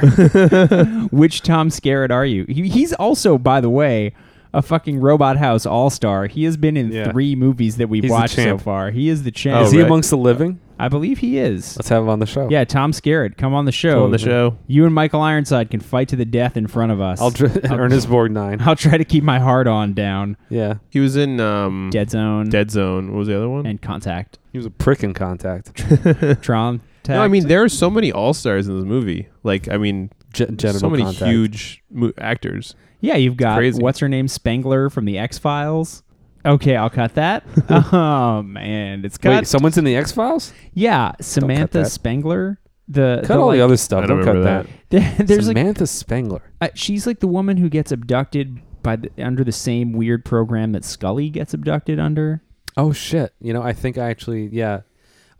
[SPEAKER 7] which Tom Skerritt are you? He, he's also, by the way, a fucking Robot House All Star. He has been in
[SPEAKER 5] Yeah.
[SPEAKER 7] three movies that we've
[SPEAKER 5] He's the
[SPEAKER 7] watched so
[SPEAKER 5] champ.
[SPEAKER 7] far. He is the champ.
[SPEAKER 6] Oh,
[SPEAKER 5] is he
[SPEAKER 6] right.
[SPEAKER 5] amongst the living?
[SPEAKER 7] I believe he is.
[SPEAKER 5] Let's have him on the show.
[SPEAKER 7] Yeah, Tom Skerritt, come on the show.
[SPEAKER 6] Come on the show.
[SPEAKER 7] You and Michael Ironside can fight to the death in front of us.
[SPEAKER 5] I'll dr- <laughs> Ernest Borgnine.
[SPEAKER 7] <laughs> I'll try to keep my heart on down.
[SPEAKER 5] Yeah,
[SPEAKER 6] He was in um,
[SPEAKER 7] Dead Zone
[SPEAKER 6] Dead Zone. What was the other one?
[SPEAKER 7] and Contact.
[SPEAKER 5] he was a prick in contact.
[SPEAKER 7] Tron.
[SPEAKER 6] <laughs> No, I mean there are so many all stars in this movie. Like I mean,
[SPEAKER 5] Ge- genital
[SPEAKER 6] so many
[SPEAKER 5] contact.
[SPEAKER 6] huge mo- actors.
[SPEAKER 7] Yeah, you've got
[SPEAKER 6] crazy.
[SPEAKER 7] what's her name Spangler from the X Files. Okay, I'll
[SPEAKER 6] <laughs>
[SPEAKER 7] cut that. um, and it's cut.
[SPEAKER 5] Wait, someone's in the X Files?
[SPEAKER 7] yeah, Samantha
[SPEAKER 5] that.
[SPEAKER 7] Spangler. The
[SPEAKER 5] Cut all
[SPEAKER 7] like,
[SPEAKER 5] the other stuff.
[SPEAKER 6] I
[SPEAKER 5] Don't,
[SPEAKER 6] don't
[SPEAKER 5] cut
[SPEAKER 6] remember
[SPEAKER 5] that.
[SPEAKER 6] that.
[SPEAKER 7] <laughs> There's like
[SPEAKER 5] Samantha Spangler.
[SPEAKER 7] uh, she's like the woman who gets abducted by the, under the same weird program that Scully gets abducted under.
[SPEAKER 5] Oh shit! You know, I think I actually yeah.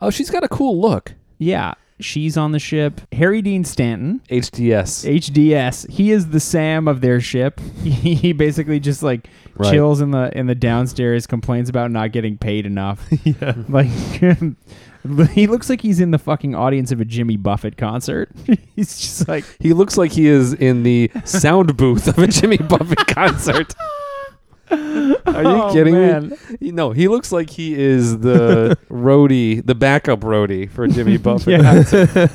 [SPEAKER 5] Oh, she's got a cool look.
[SPEAKER 7] Yeah, she's on the ship. Harry Dean Stanton,
[SPEAKER 5] HDS.
[SPEAKER 7] HDS. He is the Sam of their ship. <laughs> he basically just like
[SPEAKER 5] Right.
[SPEAKER 7] chills in the in the downstairs, complains about not getting paid
[SPEAKER 5] <laughs>
[SPEAKER 7] enough.
[SPEAKER 6] Yeah.
[SPEAKER 7] Like <laughs> he looks like he's in the fucking audience of a Jimmy Buffett concert. <laughs> he's just like
[SPEAKER 5] He looks like he is in the sound booth of a
[SPEAKER 7] <laughs>
[SPEAKER 5] Jimmy Buffett concert. Are you
[SPEAKER 7] Oh,
[SPEAKER 5] kidding
[SPEAKER 7] man.
[SPEAKER 5] me? No, he looks like he is
[SPEAKER 7] <laughs>
[SPEAKER 5] the roadie, the backup roadie for Jimmy Buffett.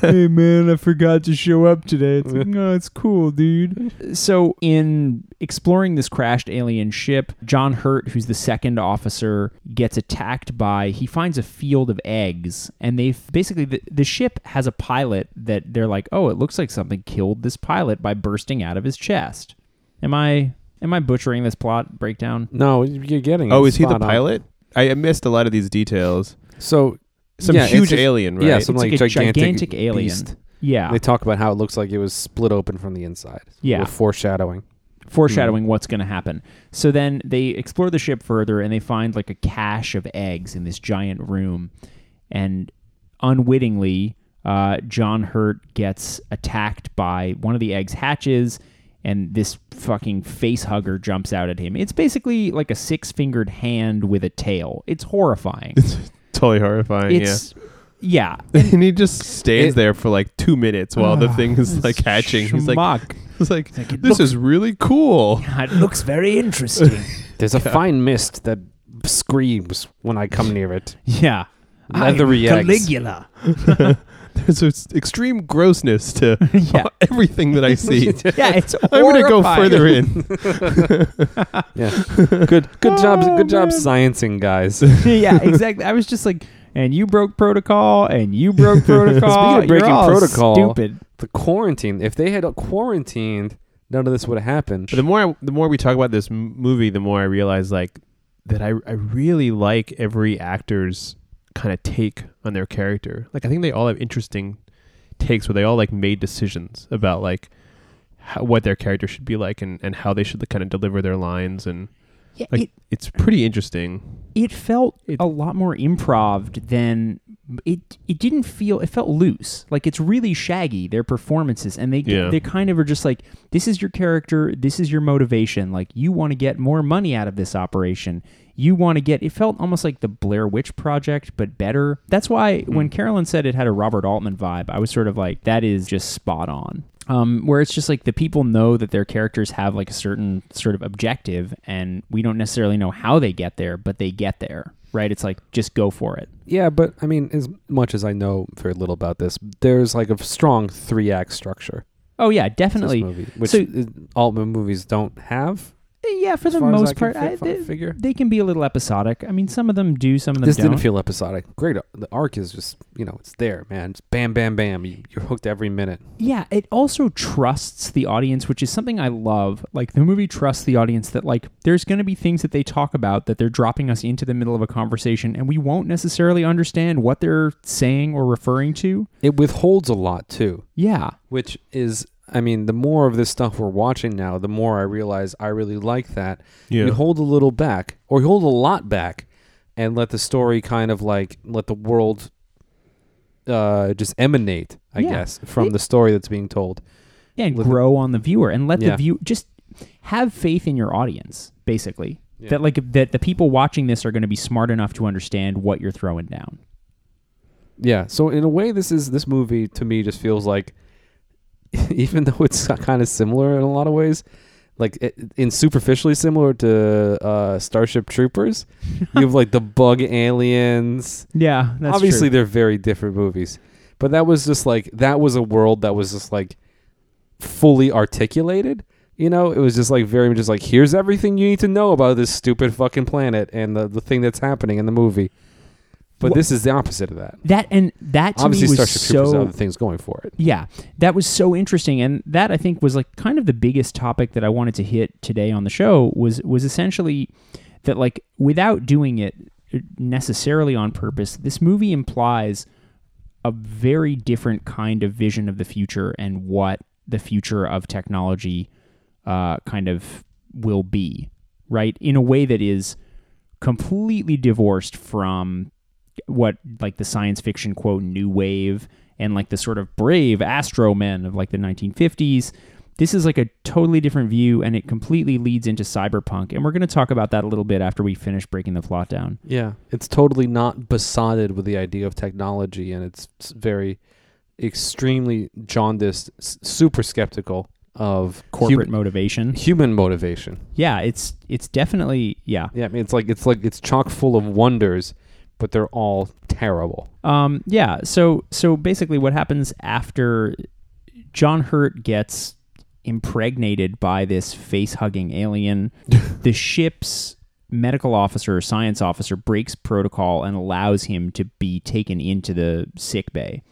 [SPEAKER 7] <laughs> hey man, I forgot to show up today. It's <laughs> like, no, it's cool, dude. So in exploring this crashed alien ship, John Hurt, who's the second officer, gets attacked by. He finds a field of eggs, and they basically the, the ship has a pilot that they're like, oh, it looks like something killed this pilot by bursting out of his chest. Am I am I butchering this plot breakdown?
[SPEAKER 5] No, you're getting.
[SPEAKER 6] Oh,
[SPEAKER 5] it.
[SPEAKER 6] is he the
[SPEAKER 5] Spot on.
[SPEAKER 6] pilot? I I missed a lot of these details.
[SPEAKER 5] So
[SPEAKER 6] Some
[SPEAKER 5] yeah,
[SPEAKER 6] huge
[SPEAKER 5] it's a-
[SPEAKER 6] alien, right?
[SPEAKER 5] Yeah, some
[SPEAKER 7] It's
[SPEAKER 5] like,
[SPEAKER 7] like a
[SPEAKER 5] gigantic,
[SPEAKER 7] gigantic alien.
[SPEAKER 5] beast.
[SPEAKER 7] Yeah,
[SPEAKER 5] They talk about how it looks like it was split open from the inside.
[SPEAKER 7] Yeah.
[SPEAKER 5] Or foreshadowing.
[SPEAKER 7] foreshadowing
[SPEAKER 6] Hmm.
[SPEAKER 7] what's going to happen. So then they explore the ship further and they find like a cache of eggs in this giant room. And unwittingly, uh, John Hurt gets attacked by one of the eggs hatches and this fucking face hugger jumps out at him. It's basically like a six fingered hand with a tail. It's horrifying.
[SPEAKER 6] <laughs> totally horrifying.
[SPEAKER 7] It's. Yeah,
[SPEAKER 6] yeah, <laughs> and he just stands
[SPEAKER 5] It-
[SPEAKER 6] there for like two minutes while
[SPEAKER 7] <sighs>
[SPEAKER 6] the thing is like hatching. He's like,
[SPEAKER 7] schmuck.
[SPEAKER 6] he's like,
[SPEAKER 4] it
[SPEAKER 6] this is really cool. <laughs>
[SPEAKER 7] God, look,
[SPEAKER 4] Looks very interesting.
[SPEAKER 5] There's a fine mist that screams when I come near it.
[SPEAKER 7] <laughs> yeah,
[SPEAKER 5] Leathery
[SPEAKER 4] I'm
[SPEAKER 5] eggs.
[SPEAKER 4] Caligula.
[SPEAKER 6] There's this extreme grossness to
[SPEAKER 7] <laughs> Yeah.
[SPEAKER 6] <laughs> everything that I see. <laughs>
[SPEAKER 7] yeah, <laughs> it's.
[SPEAKER 6] I'm gonna go
[SPEAKER 7] horrifying.
[SPEAKER 6] further in.
[SPEAKER 5] Yeah. <laughs> Good good
[SPEAKER 7] Oh,
[SPEAKER 5] job good job sciencing
[SPEAKER 6] <laughs>
[SPEAKER 5] guys.
[SPEAKER 7] <laughs> yeah, exactly. I was just like, and you broke protocol, and
[SPEAKER 6] <laughs>
[SPEAKER 7] you broke protocol.
[SPEAKER 5] Speaking of breaking
[SPEAKER 7] You're all
[SPEAKER 5] protocol,
[SPEAKER 7] stupid.
[SPEAKER 5] the quarantine. If they had quarantined, none of this would have happened.
[SPEAKER 6] But the more I, the more we talk about this m- movie, the more I realize like that I I really like every actor's kind of take on their character. Like I think they all have interesting takes where they all like made decisions about like how, what their character should be like and and how they should kind of deliver their lines and
[SPEAKER 7] Yeah,
[SPEAKER 6] like
[SPEAKER 7] it,
[SPEAKER 6] it's pretty interesting.
[SPEAKER 7] it felt
[SPEAKER 6] It-
[SPEAKER 7] a lot more improv than it. It didn't feel. It felt loose. Like it's really shaggy. Their performances, and they
[SPEAKER 6] Yeah.
[SPEAKER 7] they kind of are just like, this is your character. This is your motivation. Like you want to get more money out of this operation. You want to get. It felt almost like the Blair Witch Project, but better. That's why when Carolyn said it had a Robert Altman vibe, I was sort of like, that is just spot on. um, where it's just like the people know that their characters have like a certain sort of objective, and we don't necessarily know how they get there, but they get there, right? It's like just go for it.
[SPEAKER 5] yeah, but I mean, as much as I know very little about this, there's like a strong three act structure
[SPEAKER 7] Oh yeah,
[SPEAKER 5] to this
[SPEAKER 7] definitely.
[SPEAKER 5] movie, which
[SPEAKER 7] So-
[SPEAKER 5] uh, Altman movies don't have.
[SPEAKER 7] yeah, for the
[SPEAKER 5] far as I
[SPEAKER 7] most
[SPEAKER 5] can
[SPEAKER 7] part,
[SPEAKER 5] fi-
[SPEAKER 7] I,
[SPEAKER 5] fi-
[SPEAKER 7] they,
[SPEAKER 5] figure.
[SPEAKER 7] they can be a little episodic. I mean, some of them do, some of them
[SPEAKER 5] This
[SPEAKER 7] don't.
[SPEAKER 5] didn't feel episodic. Great. uh, The arc is just, you know, it's there, man. It's bam, bam, bam. You, you're hooked every minute.
[SPEAKER 7] yeah, it also trusts the audience, which is something I love. Like the movie trusts the audience that like there's going to be things that they talk about that they're dropping us into the middle of a conversation, and we won't necessarily understand what they're saying or referring to.
[SPEAKER 5] It withholds a lot, too.
[SPEAKER 7] Yeah,
[SPEAKER 5] which is I mean, the more of this stuff we're watching now, the more I realize I really like that.
[SPEAKER 6] Yeah.
[SPEAKER 5] You hold a little back, or you hold a lot back, and let the story kind of like let the world uh, just emanate, I
[SPEAKER 7] Yeah.
[SPEAKER 5] guess, from the story that's being told.
[SPEAKER 7] yeah, and
[SPEAKER 5] With-
[SPEAKER 7] grow on the viewer and let the
[SPEAKER 5] Yeah.
[SPEAKER 7] view just have faith in your audience, basically.
[SPEAKER 5] Yeah.
[SPEAKER 7] That like that the people watching this are going to be smart enough to understand what you're throwing down.
[SPEAKER 5] Yeah. So in a way, this is this movie to me just feels like, <laughs> even though it's <laughs> kind of similar in a lot of ways, like it, in superficially similar to uh, Starship Troopers, you have like the bug aliens.
[SPEAKER 7] Yeah, that's
[SPEAKER 5] obviously they're very different movies but that was just like that was a world that was just like fully articulated you know it was just like very just like here's everything you need to know about this stupid fucking planet and the, the thing that's happening in the movie but
[SPEAKER 7] Wha-
[SPEAKER 5] this is the opposite of that
[SPEAKER 7] that and that to
[SPEAKER 5] obviously
[SPEAKER 7] me was
[SPEAKER 5] starship troopers
[SPEAKER 7] so
[SPEAKER 5] have other things going for it
[SPEAKER 7] yeah that was so interesting and that i think was like kind of the biggest topic that i wanted to hit today on the show was was essentially that like without doing it necessarily on purpose this movie implies a very different kind of vision of the future and what the future of technology uh, kind of will be right in a way that is completely divorced from what like the science fiction quote new wave and like the sort of brave astro men of like the 1950s this is like a totally different view and it completely leads into cyberpunk and we're going to talk about that a little bit after we finish breaking the plot down
[SPEAKER 5] yeah it's totally not besotted with the idea of technology and it's s- very extremely jaundiced s- super skeptical of
[SPEAKER 7] corporate
[SPEAKER 5] hum-
[SPEAKER 7] motivation
[SPEAKER 5] human motivation
[SPEAKER 7] yeah it's it's definitely yeah
[SPEAKER 5] Yeah, I mean it's like it's like it's chock full of wonders, but they're all
[SPEAKER 7] <laughs>
[SPEAKER 5] terrible.
[SPEAKER 7] Um, yeah. So so basically, what happens after John Hurt gets impregnated by this face hugging alien? the ship's medical officer or science officer breaks protocol and allows him to be taken into the sick bay.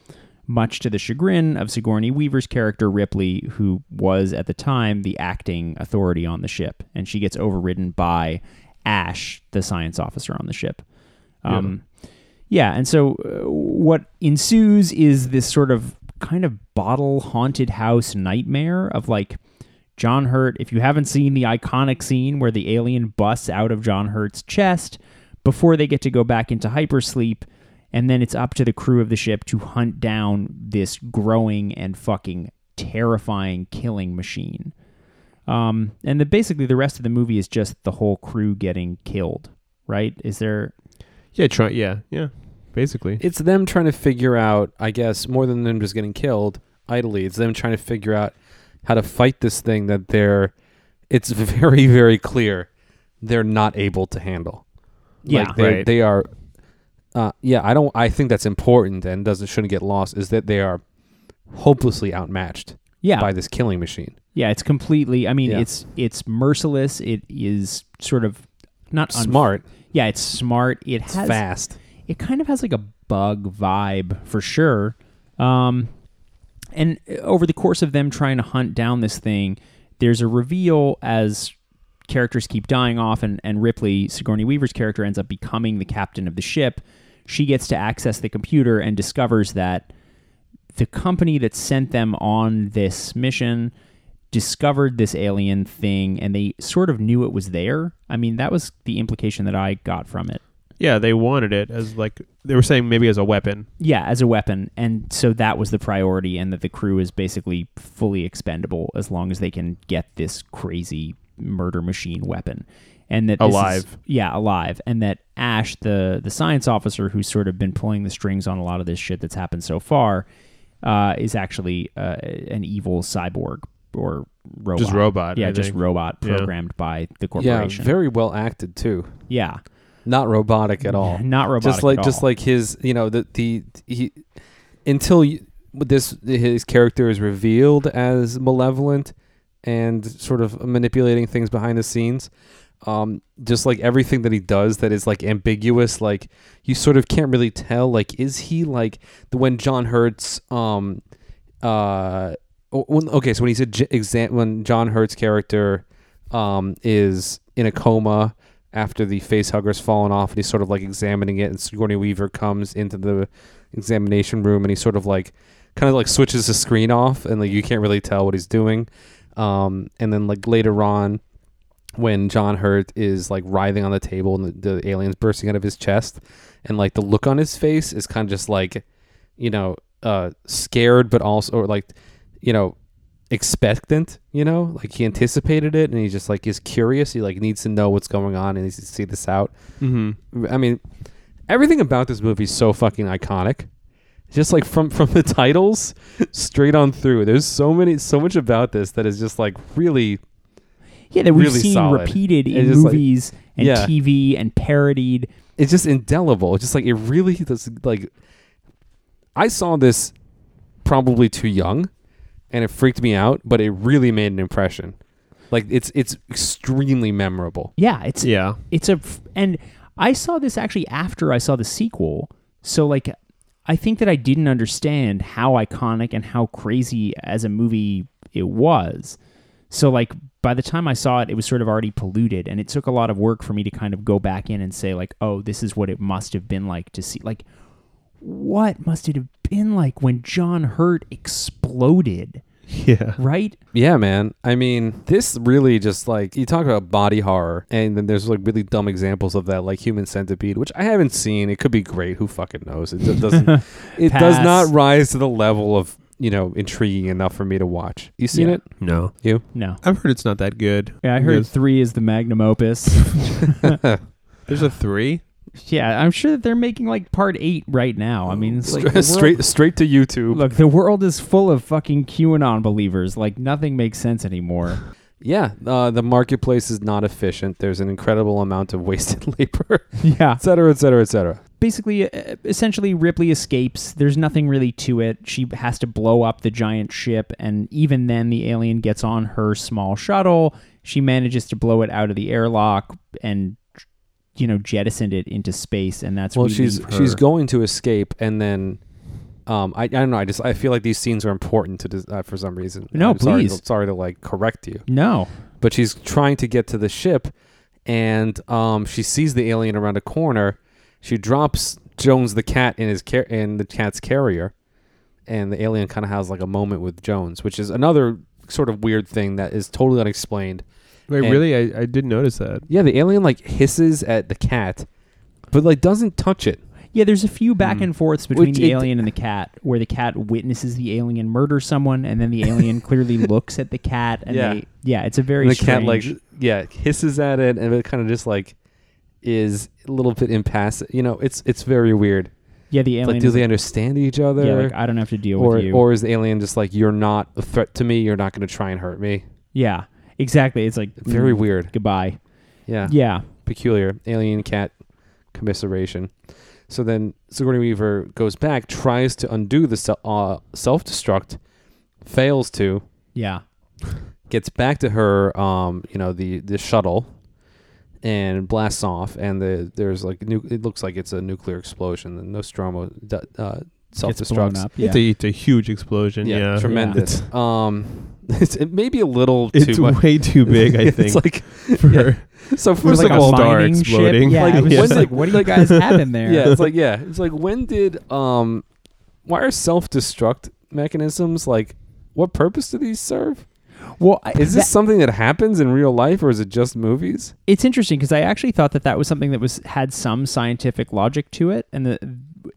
[SPEAKER 7] Much to the chagrin of Sigourney Weaver's character Ripley, who was at the time the acting authority on the ship, and she gets overridden by Ash, the science officer on the ship. Um, yeah, and so uh, what ensues is this sort of kind of bottle haunted house nightmare of like John Hurt. If you haven't seen the iconic scene where the alien busts out of John Hurt's chest before they get to go back into hypersleep, and then it's up to the crew of the ship to hunt down this growing and fucking terrifying killing machine. Um, and the, basically, the rest of the movie is just the whole crew getting killed, right? Is there
[SPEAKER 6] Yeah, try. Yeah, yeah. Basically,
[SPEAKER 5] It's them trying to figure out, I guess, more than them just getting killed idly. It's them trying to figure out how to fight this thing that they're. It's <laughs> very very clear they're not able to handle.
[SPEAKER 7] Yeah.
[SPEAKER 5] like they,
[SPEAKER 6] Right.
[SPEAKER 5] they are. Uh, yeah, I don't. I think that's important and doesn't shouldn't get lost. Is that they are hopelessly outmatched
[SPEAKER 7] yeah
[SPEAKER 5] by this killing machine.
[SPEAKER 7] Yeah, it's completely. I mean,
[SPEAKER 5] Yeah.
[SPEAKER 7] it's it's merciless. It is sort of not un-
[SPEAKER 5] Smart,
[SPEAKER 7] Yeah, it's smart. It
[SPEAKER 5] it's
[SPEAKER 7] has
[SPEAKER 5] fast.
[SPEAKER 7] it kind of has like a bug vibe for sure. Um, and uh, over the course of them trying to hunt down this thing, there's a reveal as characters keep dying off, and, and Ripley, Sigourney Weaver's character, ends up becoming the captain of the ship. She gets to access the computer and discovers that the company that sent them on this mission discovered this alien thing and they sort of knew it was there. I mean, that was the implication that I got from it.
[SPEAKER 6] yeah. They wanted it as like they were saying maybe as a weapon.
[SPEAKER 7] Yeah, as a weapon. And so that was the priority, and that the crew is basically fully expendable as long as they can get this crazy murder machine weapon. And that this is-
[SPEAKER 6] Alive.
[SPEAKER 7] yeah, alive. And that Ash, the the science officer who's sort of been pulling the strings on a lot of this shit that's happened so far, uh, is actually uh, an evil cyborg or robot.
[SPEAKER 6] Just robot,
[SPEAKER 7] Yeah,
[SPEAKER 6] I
[SPEAKER 7] just
[SPEAKER 6] think.
[SPEAKER 7] robot
[SPEAKER 6] Yeah.
[SPEAKER 7] programmed by the
[SPEAKER 5] Yeah,
[SPEAKER 7] corporation.
[SPEAKER 5] very well acted too.
[SPEAKER 7] yeah.
[SPEAKER 5] Not robotic at all.
[SPEAKER 7] Not robotic.
[SPEAKER 5] just like
[SPEAKER 7] at
[SPEAKER 5] just
[SPEAKER 7] all.
[SPEAKER 5] like his you know the the he until you, this his character is revealed as malevolent and sort of manipulating things behind the scenes. Um, just like everything that he does that is like ambiguous, like you sort of can't really tell. Like, is he like the when John Hurts, um, uh, oh, when, okay, so when he's a j- exam, when John Hurts' character, um, is in a coma after the face hugger's fallen off and he's sort of like examining it and Sigourney Weaver comes into the examination room and he sort of like kind of like switches the screen off and like you can't really tell what he's doing um, and then like later on when John Hurt is like writhing on the table and the, the aliens bursting out of his chest and like the look on his face is kind of just like you know uh scared but also or like you know expectant you know like he anticipated it and he just like is curious he like needs to know what's going on and needs to see this out mm-hmm. i mean everything about this movie is so fucking iconic just like from from the titles straight on through there's so many so much about this that is just like really
[SPEAKER 7] Yeah, that we've
[SPEAKER 5] really
[SPEAKER 7] seen
[SPEAKER 5] solid.
[SPEAKER 7] repeated
[SPEAKER 5] It's
[SPEAKER 7] in
[SPEAKER 5] just like-
[SPEAKER 7] movies and
[SPEAKER 5] Yeah.
[SPEAKER 7] TV and parodied.
[SPEAKER 5] it's just indelible. It's just like it really does. Like I saw this probably too young, and it freaked me out, but it really made an impression. Like it's it's extremely memorable.
[SPEAKER 7] Yeah, it's
[SPEAKER 6] Yeah.
[SPEAKER 7] it's a f- and I saw this actually after I saw the sequel. So like I think that I didn't understand how iconic and how crazy as a movie it was. So like by the time I saw it it was sort of already polluted and it took a lot of work for me to kind of go back in and say like oh this is what it must have been like to see like what must it have been like when John Hurt exploded,
[SPEAKER 6] Yeah.
[SPEAKER 7] right?
[SPEAKER 5] Yeah, man. I mean, this really just like you talk about body horror, and then there's like really dumb examples of that, like Human Centipede, which I haven't seen. It could be great. Who fucking knows? It just
[SPEAKER 7] <laughs>
[SPEAKER 5] doesn't. it does
[SPEAKER 7] Pass.
[SPEAKER 5] not rise to the level of you know intriguing enough for me to watch. You seen
[SPEAKER 7] Yeah.
[SPEAKER 5] it?
[SPEAKER 6] No.
[SPEAKER 5] You?
[SPEAKER 7] No.
[SPEAKER 6] I've heard it's not that good.
[SPEAKER 7] Yeah, I heard
[SPEAKER 6] There's,
[SPEAKER 7] 3 is the magnum opus.
[SPEAKER 5] <laughs>
[SPEAKER 6] there's
[SPEAKER 5] <sighs>
[SPEAKER 6] a three.
[SPEAKER 7] Yeah, I'm sure that they're making like part eight right now. I mean, it's like the world-
[SPEAKER 5] straight straight to <laughs> YouTube.
[SPEAKER 7] Look, the world is full of fucking QAnon believers. Like nothing makes
[SPEAKER 5] <laughs>
[SPEAKER 7] sense anymore.
[SPEAKER 5] Yeah, uh, the marketplace is not efficient. There's an incredible amount of <laughs> wasted labor,
[SPEAKER 7] yeah.
[SPEAKER 5] et cetera, et cetera, et cetera.
[SPEAKER 7] Basically, uh, essentially, Ripley escapes. There's nothing really to it. She has to blow up the giant ship, and even then, the alien gets on her small shuttle. She manages to blow it out of the airlock and, you know, jettisoned it into space, and that's
[SPEAKER 5] Well,
[SPEAKER 7] we
[SPEAKER 5] she's
[SPEAKER 7] leave her.
[SPEAKER 5] she's going to escape, and then, um, I, I don't know. I just I feel like these scenes are important to dis- uh, for some reason.
[SPEAKER 7] No,
[SPEAKER 5] I'm sorry to-
[SPEAKER 7] please.
[SPEAKER 5] sorry to like correct you.
[SPEAKER 7] no.
[SPEAKER 5] but she's trying to get to the ship and um, she sees the alien around a corner she drops jones the cat in his car- in the cat's carrier and the alien kind of has like a moment with jones which is another sort of weird thing that is totally unexplained
[SPEAKER 6] Wait,
[SPEAKER 5] And-
[SPEAKER 6] really? I, I didn't notice that.
[SPEAKER 5] yeah the alien like hisses at the cat but like doesn't touch it
[SPEAKER 7] Yeah, there's a few back and forths between
[SPEAKER 5] Which
[SPEAKER 7] the
[SPEAKER 5] Hmm. it-
[SPEAKER 7] alien and the cat, where the cat witnesses the alien murder someone, and then the
[SPEAKER 5] <laughs>
[SPEAKER 7] alien clearly looks at the cat, and
[SPEAKER 5] Yeah.
[SPEAKER 7] they, yeah, it's a very
[SPEAKER 5] and the cat
[SPEAKER 7] strange.
[SPEAKER 5] like yeah hisses at it and it kind of just like is a little bit impassive you know it's it's very weird
[SPEAKER 7] yeah, the
[SPEAKER 5] It's
[SPEAKER 7] alien.
[SPEAKER 5] like do
[SPEAKER 7] is
[SPEAKER 5] they understand each other
[SPEAKER 7] like, yeah, like I don't have to deal
[SPEAKER 5] or
[SPEAKER 7] with you.
[SPEAKER 5] or is the alien just like you're not a threat to me? You're not going to try and hurt me.
[SPEAKER 7] yeah, exactly. It's like
[SPEAKER 5] Very
[SPEAKER 7] mm,
[SPEAKER 5] weird.
[SPEAKER 7] Goodbye.
[SPEAKER 5] Yeah.
[SPEAKER 7] Yeah,
[SPEAKER 5] Peculiar alien cat commiseration. So then Sigourney Weaver goes back, tries to undo the se- uh, self destruct, fails to,
[SPEAKER 7] yeah,
[SPEAKER 5] gets back to her, um, you know, the the shuttle, and blasts off. And the there's like nu- it looks like it's a nuclear explosion. The Nostromo d- uh, self
[SPEAKER 7] gets blown
[SPEAKER 5] destructs.
[SPEAKER 7] up. Yeah.
[SPEAKER 6] It's, a, it's a huge explosion. Yeah.
[SPEAKER 5] Yeah, tremendous.
[SPEAKER 6] <laughs>
[SPEAKER 5] Um, <laughs> it's, it may be a little
[SPEAKER 6] It's,
[SPEAKER 5] <laughs> too much.
[SPEAKER 6] way too big, I think.
[SPEAKER 5] <laughs> it's like
[SPEAKER 6] for,
[SPEAKER 5] So
[SPEAKER 6] It was
[SPEAKER 5] first
[SPEAKER 6] like
[SPEAKER 5] of
[SPEAKER 6] a
[SPEAKER 5] all,
[SPEAKER 6] Goldar
[SPEAKER 7] mining ship.
[SPEAKER 6] exploding.
[SPEAKER 7] Yeah,
[SPEAKER 5] Like, <laughs>
[SPEAKER 7] I was
[SPEAKER 5] when
[SPEAKER 7] just
[SPEAKER 5] did-
[SPEAKER 7] like, what do you guys have in there?
[SPEAKER 5] yeah, it's like
[SPEAKER 6] <laughs>
[SPEAKER 5] yeah, it's like when did um, why are self destruct mechanisms like? What purpose do these serve?
[SPEAKER 7] well, I- <laughs>
[SPEAKER 5] Is
[SPEAKER 7] that-
[SPEAKER 5] this something that happens in real life, or is it just movies?
[SPEAKER 7] it's interesting because I actually thought that that was something that was had some scientific logic to it, and the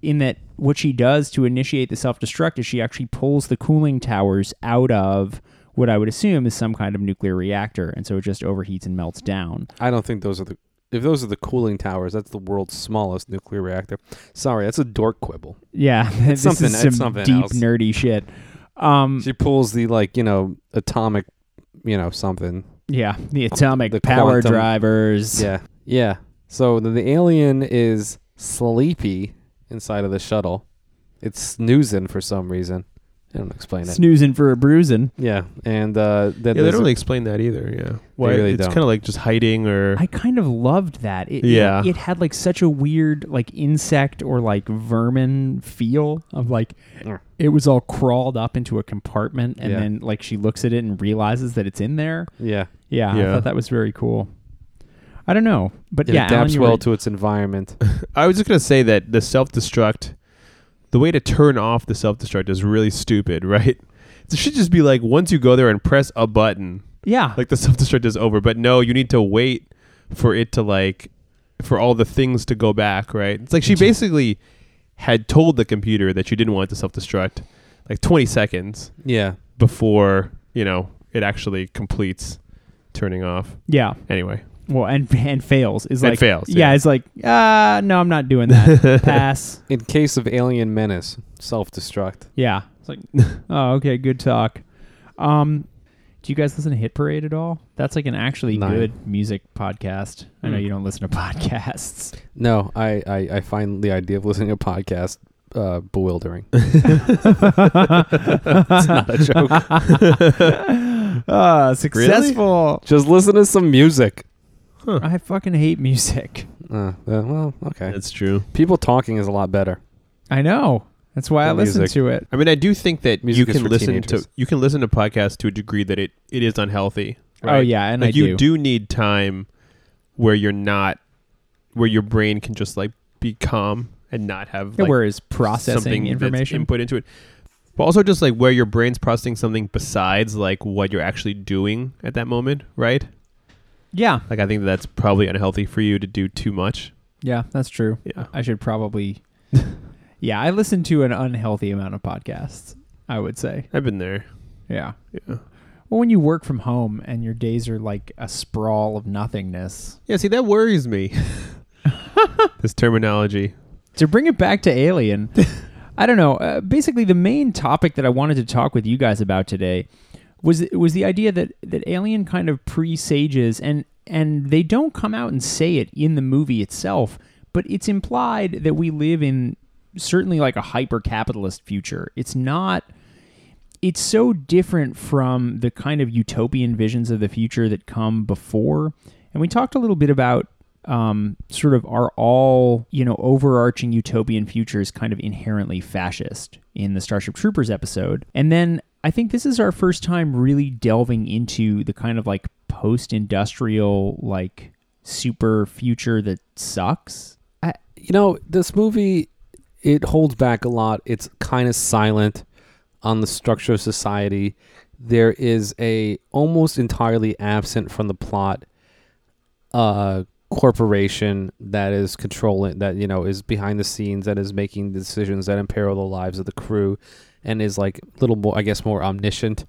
[SPEAKER 7] in that what she does to initiate the self destruct is she actually pulls the cooling towers out of what I would assume is some kind of nuclear reactor, and so it just overheats and melts down.
[SPEAKER 5] I don't think those are the. If those are the cooling towers, that's the world's smallest nuclear reactor. Sorry, that's a dork quibble.
[SPEAKER 7] Yeah, this
[SPEAKER 5] something-
[SPEAKER 7] is
[SPEAKER 5] it's
[SPEAKER 7] some
[SPEAKER 5] something
[SPEAKER 7] deep
[SPEAKER 5] else.
[SPEAKER 7] nerdy shit. Um,
[SPEAKER 5] She pulls the like you know atomic, you know something.
[SPEAKER 7] yeah, the atomic
[SPEAKER 5] The
[SPEAKER 7] power
[SPEAKER 5] quantum-
[SPEAKER 7] drivers.
[SPEAKER 5] Yeah, yeah. So the, the alien is sleepy inside of the shuttle. It's snoozing for some reason. I don't explain that.
[SPEAKER 7] Snoozing for a bruising.
[SPEAKER 5] Yeah, and uh, then
[SPEAKER 6] Yeah, they
[SPEAKER 5] there's
[SPEAKER 6] don't
[SPEAKER 5] a-
[SPEAKER 6] really explain that either. Yeah, why
[SPEAKER 5] really
[SPEAKER 6] it's
[SPEAKER 5] don't.
[SPEAKER 6] kind of like just hiding or
[SPEAKER 7] I kind of loved that. It,
[SPEAKER 6] Yeah.
[SPEAKER 7] It, it had like such a weird like insect or like vermin feel of like
[SPEAKER 5] Mm.
[SPEAKER 7] it was all crawled up into a compartment and
[SPEAKER 5] Yeah.
[SPEAKER 7] then like she looks at it and realizes that it's in there.
[SPEAKER 5] yeah.
[SPEAKER 7] Yeah, I
[SPEAKER 6] Yeah.
[SPEAKER 7] thought that was very cool. I don't know, but
[SPEAKER 5] It
[SPEAKER 7] yeah, Alan,
[SPEAKER 5] adapts
[SPEAKER 7] you
[SPEAKER 5] well
[SPEAKER 7] were-
[SPEAKER 5] to its environment.
[SPEAKER 6] I was just gonna say that the self destruct, the way to turn off the self destruct is really stupid, <laughs> right? It should just be like once you go there and press a button,
[SPEAKER 7] yeah,
[SPEAKER 6] like the self destruct is over. But no, you need to wait for it to like for all the things to go back, right? It's like she basically had told the computer that she didn't want it to self destruct like 20 seconds
[SPEAKER 5] yeah,
[SPEAKER 6] before, you know, it actually completes turning off.
[SPEAKER 7] yeah.
[SPEAKER 5] <laughs>
[SPEAKER 6] Anyway,
[SPEAKER 7] Well, and <laughs> and fails is
[SPEAKER 6] And
[SPEAKER 7] like
[SPEAKER 6] fails,
[SPEAKER 7] Yeah,
[SPEAKER 6] yeah.
[SPEAKER 7] it's like uh no, I'm not
[SPEAKER 6] <laughs>
[SPEAKER 7] doing that. Pass.
[SPEAKER 5] in case of alien menace, self-destruct.
[SPEAKER 7] Yeah,
[SPEAKER 6] <laughs>
[SPEAKER 7] it's like oh okay, good talk. Um, do you guys listen to Hit Parade at all? That's like an actually
[SPEAKER 5] No.
[SPEAKER 7] good music podcast. I
[SPEAKER 6] Hmm.
[SPEAKER 7] know
[SPEAKER 5] Mm.
[SPEAKER 7] you don't listen to podcasts.
[SPEAKER 6] <laughs>
[SPEAKER 5] No, I, I, I find the idea of listening to a podcast uh, bewildering.
[SPEAKER 7] it's not
[SPEAKER 6] <laughs>
[SPEAKER 7] a <laughs> joke. uh, successful.
[SPEAKER 5] Just listen to some music.
[SPEAKER 7] I fucking hate music.
[SPEAKER 5] Uh, uh, well, okay.
[SPEAKER 6] that's true.
[SPEAKER 5] People talking is a lot better.
[SPEAKER 7] I know. That's why
[SPEAKER 5] The
[SPEAKER 7] I listen
[SPEAKER 5] music.
[SPEAKER 7] to it.
[SPEAKER 6] I mean, I do think that
[SPEAKER 5] Music
[SPEAKER 6] you
[SPEAKER 5] is
[SPEAKER 6] can
[SPEAKER 5] for
[SPEAKER 6] listen
[SPEAKER 5] teenagers.
[SPEAKER 6] to you can listen to podcasts to a degree that it, it is unhealthy. Right?
[SPEAKER 7] Oh yeah, and
[SPEAKER 6] like
[SPEAKER 7] I
[SPEAKER 6] you do. need time where you're not where your brain can just like be calm and not have
[SPEAKER 7] Yeah,
[SPEAKER 6] like,
[SPEAKER 7] where is
[SPEAKER 6] something
[SPEAKER 7] processing
[SPEAKER 6] that's
[SPEAKER 7] information?
[SPEAKER 6] input into it. But also just like where your brain's processing something besides like what you're actually doing at that moment, right?
[SPEAKER 7] Yeah,
[SPEAKER 6] Like I think that's probably unhealthy for you to do too much.
[SPEAKER 7] yeah, that's true.
[SPEAKER 6] Yeah.
[SPEAKER 7] I should probably. yeah, I listen to an unhealthy amount of podcasts. I would say.
[SPEAKER 6] I've been there.
[SPEAKER 7] Yeah.
[SPEAKER 6] Yeah.
[SPEAKER 7] Well, when you work from home and your days are like a sprawl of nothingness.
[SPEAKER 6] Yeah, see that worries me. <laughs> this terminology.
[SPEAKER 7] To bring it back to Alien, I don't know. Uh, basically, the main topic that I wanted to talk with you guys about today was was the idea that that Alien kind of presages and and they don't come out and say it in the movie itself, but it's implied that we live in certainly like a hyper capitalist future. It's not it's so different from the kind of utopian visions of the future that come before. And we talked a little bit about um, sort of are all, you know, overarching utopian futures kind of inherently fascist in the Starship Troopers episode. And then I think this is our first time really delving into the kind of like post industrial, like super future that sucks.
[SPEAKER 5] I, you know, this movie it holds back a lot. It's kind of silent on the structure of society. There is a almost entirely absent from the plot uh corporation that is controlling that you know is behind the scenes that is making decisions that imperil the lives of the crew and is like little more I guess more omniscient.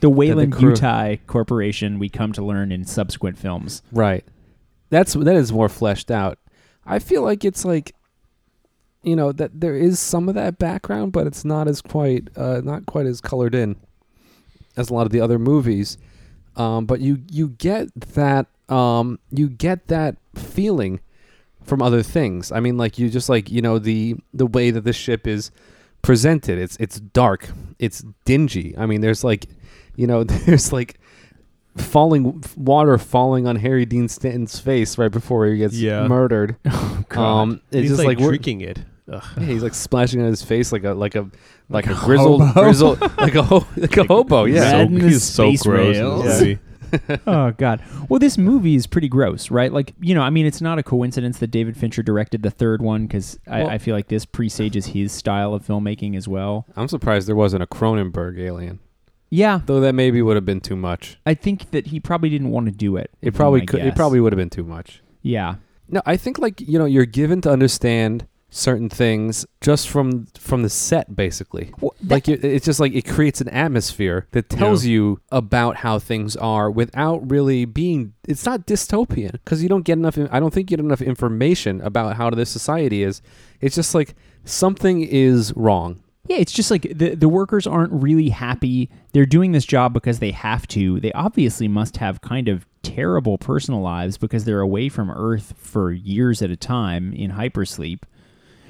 [SPEAKER 7] The Wayland
[SPEAKER 5] crew-
[SPEAKER 7] Utai Corporation, we come to learn in subsequent films.
[SPEAKER 5] Right. That's that is more fleshed out. I feel like it's like you know that there is some of that background, but it's not as quite uh, not quite as colored in as a lot of the other movies. Um, but you you get that um, you get that feeling from other things. I mean, like you just like you know the the way that the ship is presented. It's it's dark. It's dingy. I mean, there's like you know <laughs> there's like falling water falling on Harry Dean Stanton's face right before he gets
[SPEAKER 6] Yeah.
[SPEAKER 5] murdered. Um, it's
[SPEAKER 6] He's
[SPEAKER 5] just
[SPEAKER 6] like,
[SPEAKER 5] like, we're-
[SPEAKER 6] drinking it. Ugh.
[SPEAKER 5] yeah, <laughs> he's like splashing on his face like a like a like,
[SPEAKER 7] Like
[SPEAKER 5] a
[SPEAKER 7] a
[SPEAKER 5] grizzled
[SPEAKER 7] hobo.
[SPEAKER 5] grizzled like a ho- like a hobo. Oh, Yeah,
[SPEAKER 7] Red in the
[SPEAKER 6] he's so
[SPEAKER 7] space
[SPEAKER 6] gross. in
[SPEAKER 7] rails.
[SPEAKER 6] this movie.
[SPEAKER 7] oh god well this movie is pretty gross right like you know i mean it's not a coincidence that david fincher directed the third one because I,
[SPEAKER 5] Well-
[SPEAKER 7] I feel like this presages his style of filmmaking as well
[SPEAKER 5] I'm surprised there wasn't a Cronenberg alien,
[SPEAKER 7] yeah
[SPEAKER 5] though that maybe would have been too much.
[SPEAKER 7] i think that he probably didn't want to do it would
[SPEAKER 5] It
[SPEAKER 7] be
[SPEAKER 5] probably
[SPEAKER 7] my
[SPEAKER 5] could. It
[SPEAKER 7] Mm, guess.
[SPEAKER 5] probably would have been too much.
[SPEAKER 7] yeah
[SPEAKER 5] No, I think like you know you're given to understand certain things just from from the set basically. like it, it's just like it creates an atmosphere that tells you about how things are without really being it's not dystopian because you don't get enough i don't think you get enough information about how this society is it's just like something is wrong
[SPEAKER 7] yeah it's just like the, the workers aren't really happy they're doing this job because they have to they obviously must have kind of terrible personal lives because they're away from earth for years at a time in hypersleep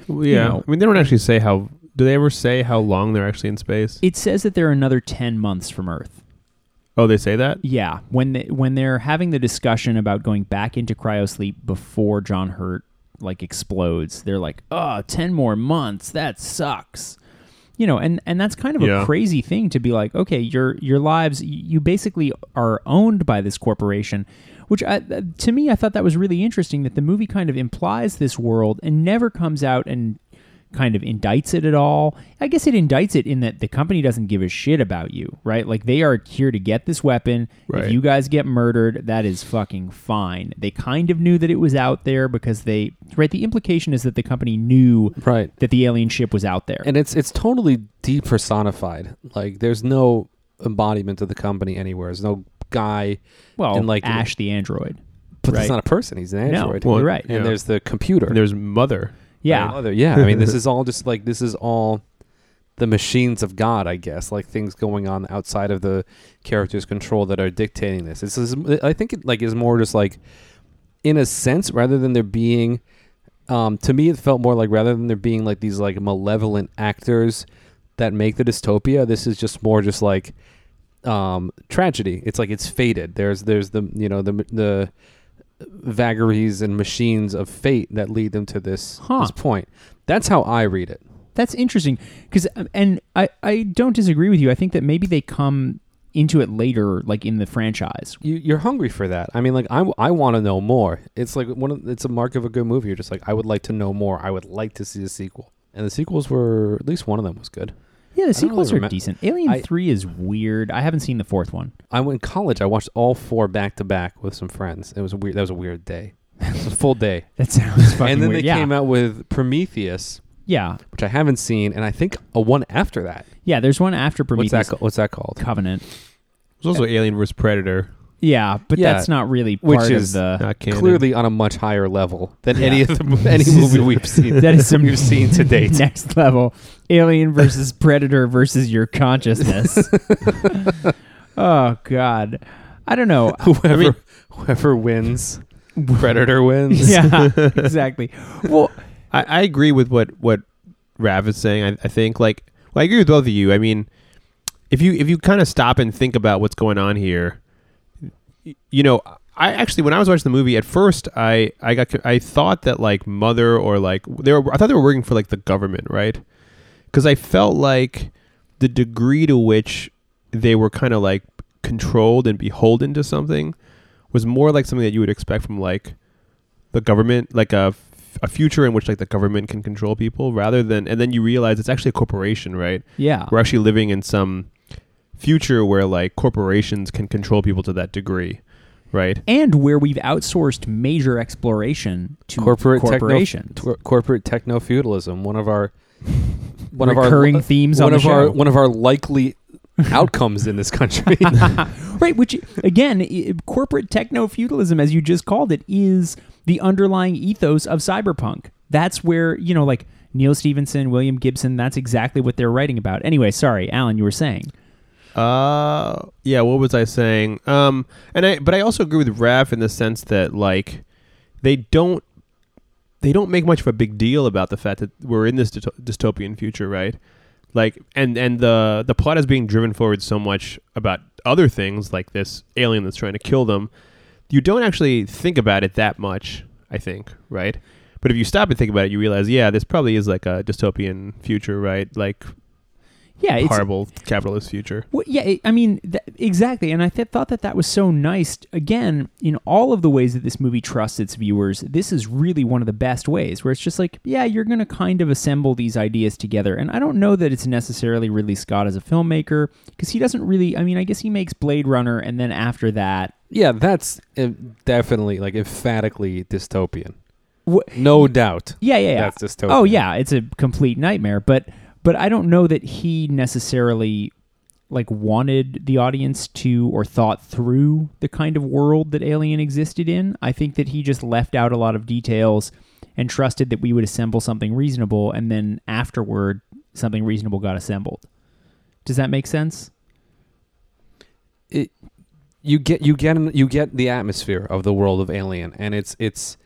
[SPEAKER 6] Well, yeah,
[SPEAKER 7] know.
[SPEAKER 6] I mean, they don't actually say how Do they ever say how long they're actually in space?
[SPEAKER 7] It says that they're another 10 months from Earth.
[SPEAKER 6] oh, they say that.
[SPEAKER 7] Yeah, when they, when they're having the discussion about going back into cryosleep before John Hurt like explodes, they're like, "Oh, 10 more months. That sucks." You know, and and that's kind of a
[SPEAKER 6] Yeah.
[SPEAKER 7] crazy thing to be like, "Okay, your your lives you basically are owned by this corporation." Which I, th- to me I thought that was really interesting that the movie kind of implies this world and never comes out and kind of indicts it at all. I guess it indicts it in that the company doesn't give a shit about you, right? Like they are here to get this weapon.
[SPEAKER 6] Right.
[SPEAKER 7] If you guys get murdered, that is fucking fine. They kind of knew that it was out there because they right, the implication is that the company knew
[SPEAKER 5] Right.
[SPEAKER 7] that the alien ship was out there.
[SPEAKER 5] and it's it's totally depersonified. Like there's no embodiment of the company anywhere. There's no guy.
[SPEAKER 7] well,
[SPEAKER 5] and like
[SPEAKER 7] Ash the android.
[SPEAKER 5] but
[SPEAKER 7] right.
[SPEAKER 5] he's not a person. He's an
[SPEAKER 7] No,
[SPEAKER 5] android.
[SPEAKER 7] you're right.
[SPEAKER 5] And
[SPEAKER 6] Yeah.
[SPEAKER 5] there's the computer.
[SPEAKER 6] And there's mother.
[SPEAKER 7] Yeah.
[SPEAKER 5] Right. Other- yeah. I mean, this is all just like this is all the machines of God, I guess. Like things going on outside of the character's control that are dictating this. This is, I think, it like is more just like, in a sense, rather than there being, um, to me, it felt more like rather than there being like these like malevolent actors that make the dystopia. This is just more just like um tragedy it's like it's fated there's there's the you know the the vagaries and machines of fate that lead them to this
[SPEAKER 7] Huh.
[SPEAKER 5] this point that's how i read it
[SPEAKER 7] That's interesting because, and I, I don't disagree with you. I think that maybe they come into it later, like in the franchise.
[SPEAKER 5] you, you're hungry for that i mean like i, I want to know more it's like one of, it's a mark of a good movie you're just like i would like to know more i would like to see the sequel and the sequels were at least one of them was good
[SPEAKER 7] Yeah, the
[SPEAKER 5] don't really
[SPEAKER 7] sequels are
[SPEAKER 5] remem-
[SPEAKER 7] decent. Alien
[SPEAKER 5] I-
[SPEAKER 7] Three is weird. I haven't seen the fourth one.
[SPEAKER 5] i went in college i watched all four back to back with some friends it was a weird that was a weird day <laughs> it was a full day
[SPEAKER 7] <laughs> That sounds fucking
[SPEAKER 5] and then
[SPEAKER 7] weird.
[SPEAKER 5] they
[SPEAKER 7] yeah.
[SPEAKER 5] came out with prometheus
[SPEAKER 7] Yeah.
[SPEAKER 5] which I haven't seen, and I think a one after that.
[SPEAKER 7] Yeah, there's one after
[SPEAKER 5] What's that?
[SPEAKER 7] Prometheus
[SPEAKER 5] ca- What's that called?
[SPEAKER 7] Covenant.
[SPEAKER 6] There's also Alien vs Predator.
[SPEAKER 7] Yeah, but
[SPEAKER 5] Yeah,
[SPEAKER 7] that's not really
[SPEAKER 5] which
[SPEAKER 7] part
[SPEAKER 5] is
[SPEAKER 7] of the
[SPEAKER 6] Not canon.
[SPEAKER 5] Clearly on a much higher level than any
[SPEAKER 7] Yeah.
[SPEAKER 5] of the, any movie we've seen.
[SPEAKER 7] <laughs> that <laughs> is some
[SPEAKER 5] <laughs> we've seen to
[SPEAKER 7] <laughs>
[SPEAKER 5] date.
[SPEAKER 7] Next level. Alien <laughs> versus Predator versus your <laughs> consciousness. oh god. I don't know.
[SPEAKER 5] Whoever whoever wins, Predator wins.
[SPEAKER 7] <laughs> yeah,
[SPEAKER 5] <laughs>
[SPEAKER 7] exactly. Well,
[SPEAKER 6] I, I agree with what what Rav is saying. I, I think like well, I agree with both of you. I mean, if you if you kind of stop and think about what's going on here, y- you know, I actually when I was watching the movie at first, I I got co- I thought that like mother or like they were I thought they were working for like the government, right? Because I felt like the degree to which they were kind of like controlled and beholden to something was more like something that you would expect from like the government like a, f- a future in which like the government can control people rather than and then you realize it's actually a corporation right
[SPEAKER 7] yeah.
[SPEAKER 6] we're actually living in some future where like corporations can control people to that degree right
[SPEAKER 7] And where we've outsourced major exploration to
[SPEAKER 5] Corporate
[SPEAKER 7] corporations.
[SPEAKER 5] techno, tw- corporate techno feudalism. One of our one of our
[SPEAKER 7] Recurring themes
[SPEAKER 5] One
[SPEAKER 7] on the
[SPEAKER 5] of our
[SPEAKER 7] show.
[SPEAKER 5] one of our
[SPEAKER 7] <laughs>
[SPEAKER 5] likely outcomes in this country.
[SPEAKER 7] Right, which again, i- corporate techno feudalism, as you just called it, is the underlying ethos of cyberpunk. That's where you know, like Neil Stevenson, William Gibson. That's exactly what they're writing about. Anyway, sorry, Alan, you were saying.
[SPEAKER 6] uh yeah what was i saying um and i but i also agree with raf in the sense that like they don't they don't make much of a big deal about the fact that we're in this dysto- dystopian future, right? Like, and and the the plot is being driven forward so much about other things like this alien that's trying to kill them. You don't actually think about it that much, I think, right? But if you stop and think about it, you realize, yeah, this probably is like a dystopian future, right? Like
[SPEAKER 7] Yeah, it's
[SPEAKER 6] horrible capitalist future.
[SPEAKER 7] Well, yeah, it, I mean, th- exactly. And I th- thought that that was so nice. Again, in all of the ways that this movie trusts its viewers, this is really one of the best ways where it's just like, yeah, you're going to kind of assemble these ideas together. And I don't know that it's necessarily Ridley Scott as a filmmaker because he doesn't really, I mean, I guess he makes Blade Runner and then after that.
[SPEAKER 5] yeah, that's uh, definitely like emphatically dystopian.
[SPEAKER 7] Wh-
[SPEAKER 5] No doubt.
[SPEAKER 7] Yeah, yeah, yeah.
[SPEAKER 5] That's dystopian.
[SPEAKER 7] Oh yeah, it's a complete nightmare. But but I don't know that he necessarily like wanted the audience to or thought through the kind of world that Alien existed in. I think that he just left out a lot of details and trusted that we would assemble something reasonable and then afterward something reasonable got assembled. Does that make sense?
[SPEAKER 5] you get you get an, you get the atmosphere of the world of Alien, and it's it's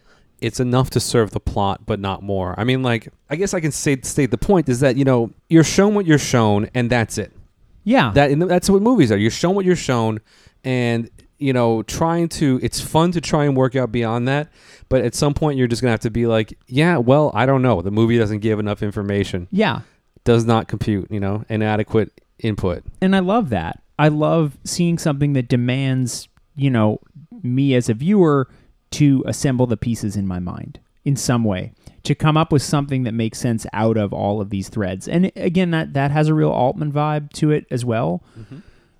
[SPEAKER 5] it's enough to serve the plot, but not more. I mean, like, I guess I can say, state the point is that you know you're shown what you're shown, and that's it.
[SPEAKER 7] Yeah.
[SPEAKER 5] That and that's what movies are. You're shown what you're shown, and you know, trying to. It's fun to try and work out beyond that, but at some point you're just gonna have to be like, yeah, well, I don't know. The movie doesn't give enough information,
[SPEAKER 7] yeah.
[SPEAKER 5] does not compute, you know, inadequate input.
[SPEAKER 7] and I love that. I love seeing something that demands, you know, me as a viewer to assemble the pieces in my mind in some way, to come up with something that makes sense out of all of these threads. And again, that that has a real Altman vibe to it as well.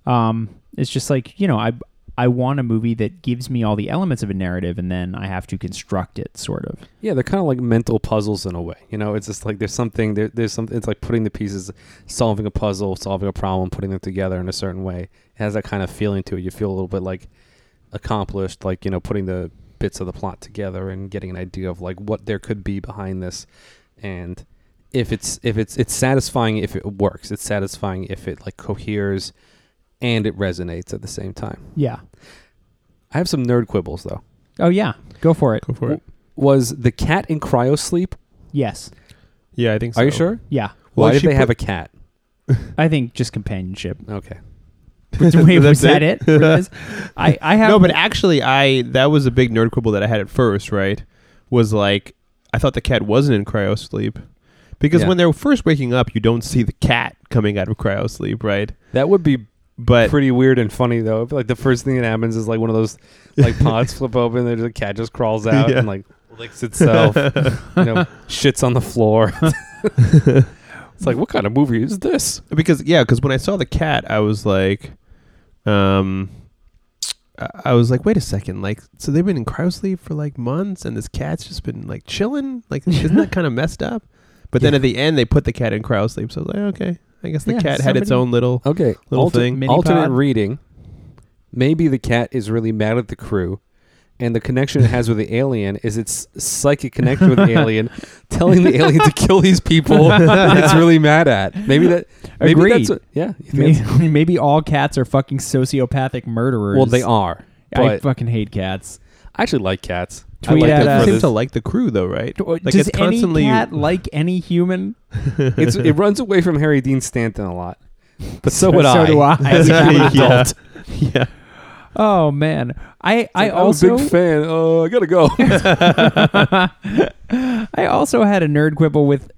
[SPEAKER 7] Um, it's just like you know, I I want a movie that gives me all the elements of a narrative, and then I have to construct it, sort of.
[SPEAKER 5] Yeah, they're kind of like mental puzzles in a way. You know, it's just like there's something there, there's something. It's like putting the pieces, solving a puzzle, solving a problem, putting them together in a certain way. It has that kind of feeling to it. You feel a little bit like accomplished, like you know, putting the bits of the plot together and getting an idea of like what there could be behind this, and if it's if it's it's satisfying if it works. It's satisfying if it like coheres, and it resonates at the same time.
[SPEAKER 7] Yeah.
[SPEAKER 5] I have some nerd quibbles though.
[SPEAKER 7] Oh yeah, go for it.
[SPEAKER 6] Go for it.
[SPEAKER 5] Was the cat in cryo sleep?
[SPEAKER 7] Yes.
[SPEAKER 6] Yeah, I think so.
[SPEAKER 5] Are
[SPEAKER 6] <laughs>
[SPEAKER 5] you sure? <laughs>
[SPEAKER 7] Yeah.
[SPEAKER 5] Why
[SPEAKER 6] Well,
[SPEAKER 5] did
[SPEAKER 6] she
[SPEAKER 5] they have a
[SPEAKER 6] put-
[SPEAKER 5] cat?
[SPEAKER 7] I think just companionship.
[SPEAKER 5] Okay.
[SPEAKER 7] Wait,
[SPEAKER 6] <laughs>
[SPEAKER 7] was
[SPEAKER 6] That's
[SPEAKER 7] that it?
[SPEAKER 6] it? <laughs>
[SPEAKER 7] I, I have
[SPEAKER 6] No, but actually, I that was a big nerd quibble that I had at first. Right, was like I thought the cat wasn't in cryo sleep because
[SPEAKER 5] Yeah.
[SPEAKER 6] when they're first waking up, you don't see the cat coming out of cryo sleep, right?
[SPEAKER 5] That would be
[SPEAKER 6] But
[SPEAKER 5] pretty weird and funny though. If, like the first thing that happens is like one of those
[SPEAKER 6] <laughs>
[SPEAKER 5] like <laughs> pods flip open, there's a cat just crawls out
[SPEAKER 6] Yeah.
[SPEAKER 5] and like licks
[SPEAKER 6] <laughs>
[SPEAKER 5] itself, you know, <laughs> shits on the <laughs> floor. it's like what kind of movie is this?
[SPEAKER 6] because yeah, because when I saw the cat, I was like, um, I- I was like, wait a second, like, so they've been in cryo sleep for like months, and this cat's just been like chilling, like,
[SPEAKER 7] <laughs>
[SPEAKER 6] isn't that kind of messed up? But then at the end, they put the cat in cryo sleep, so I was like, okay, I guess the
[SPEAKER 7] Yeah,
[SPEAKER 6] cat had its
[SPEAKER 7] somebody-
[SPEAKER 6] own little
[SPEAKER 5] Okay,
[SPEAKER 6] little thing.
[SPEAKER 7] mini
[SPEAKER 5] alternate
[SPEAKER 7] pod.
[SPEAKER 5] reading. Maybe the cat is really mad at the crew. And the connection it has with <laughs> the alien is its psychic connection with the <laughs> alien, telling the alien to kill these <laughs> people that it's really mad at. Maybe that. Maybe
[SPEAKER 7] Agreed.
[SPEAKER 5] that's what, yeah. you think
[SPEAKER 7] <laughs>
[SPEAKER 5] that's-
[SPEAKER 7] Maybe, maybe all cats are fucking sociopathic murderers.
[SPEAKER 5] Well, they are.
[SPEAKER 7] I
[SPEAKER 5] But I,
[SPEAKER 7] fucking hate cats.
[SPEAKER 5] actually like cats. I
[SPEAKER 7] Tweet
[SPEAKER 5] like
[SPEAKER 7] at
[SPEAKER 5] them
[SPEAKER 7] us.
[SPEAKER 5] for
[SPEAKER 6] It seems
[SPEAKER 5] this.
[SPEAKER 6] to like the crew though,
[SPEAKER 7] <laughs>
[SPEAKER 6] right? Like
[SPEAKER 7] uh, Does any cat like any human?
[SPEAKER 5] It's, it runs away from Harry Dean Stanton a <laughs> lot. But so would
[SPEAKER 7] <laughs> so
[SPEAKER 5] I.
[SPEAKER 6] <laughs>
[SPEAKER 7] do I.
[SPEAKER 5] As a young
[SPEAKER 6] Yeah.
[SPEAKER 5] adult.
[SPEAKER 6] yeah.
[SPEAKER 7] Oh man, I I
[SPEAKER 5] Like, I'm
[SPEAKER 7] also
[SPEAKER 5] a big fan. Oh, I gotta <laughs> go.
[SPEAKER 7] <laughs> I also had a nerd quibble with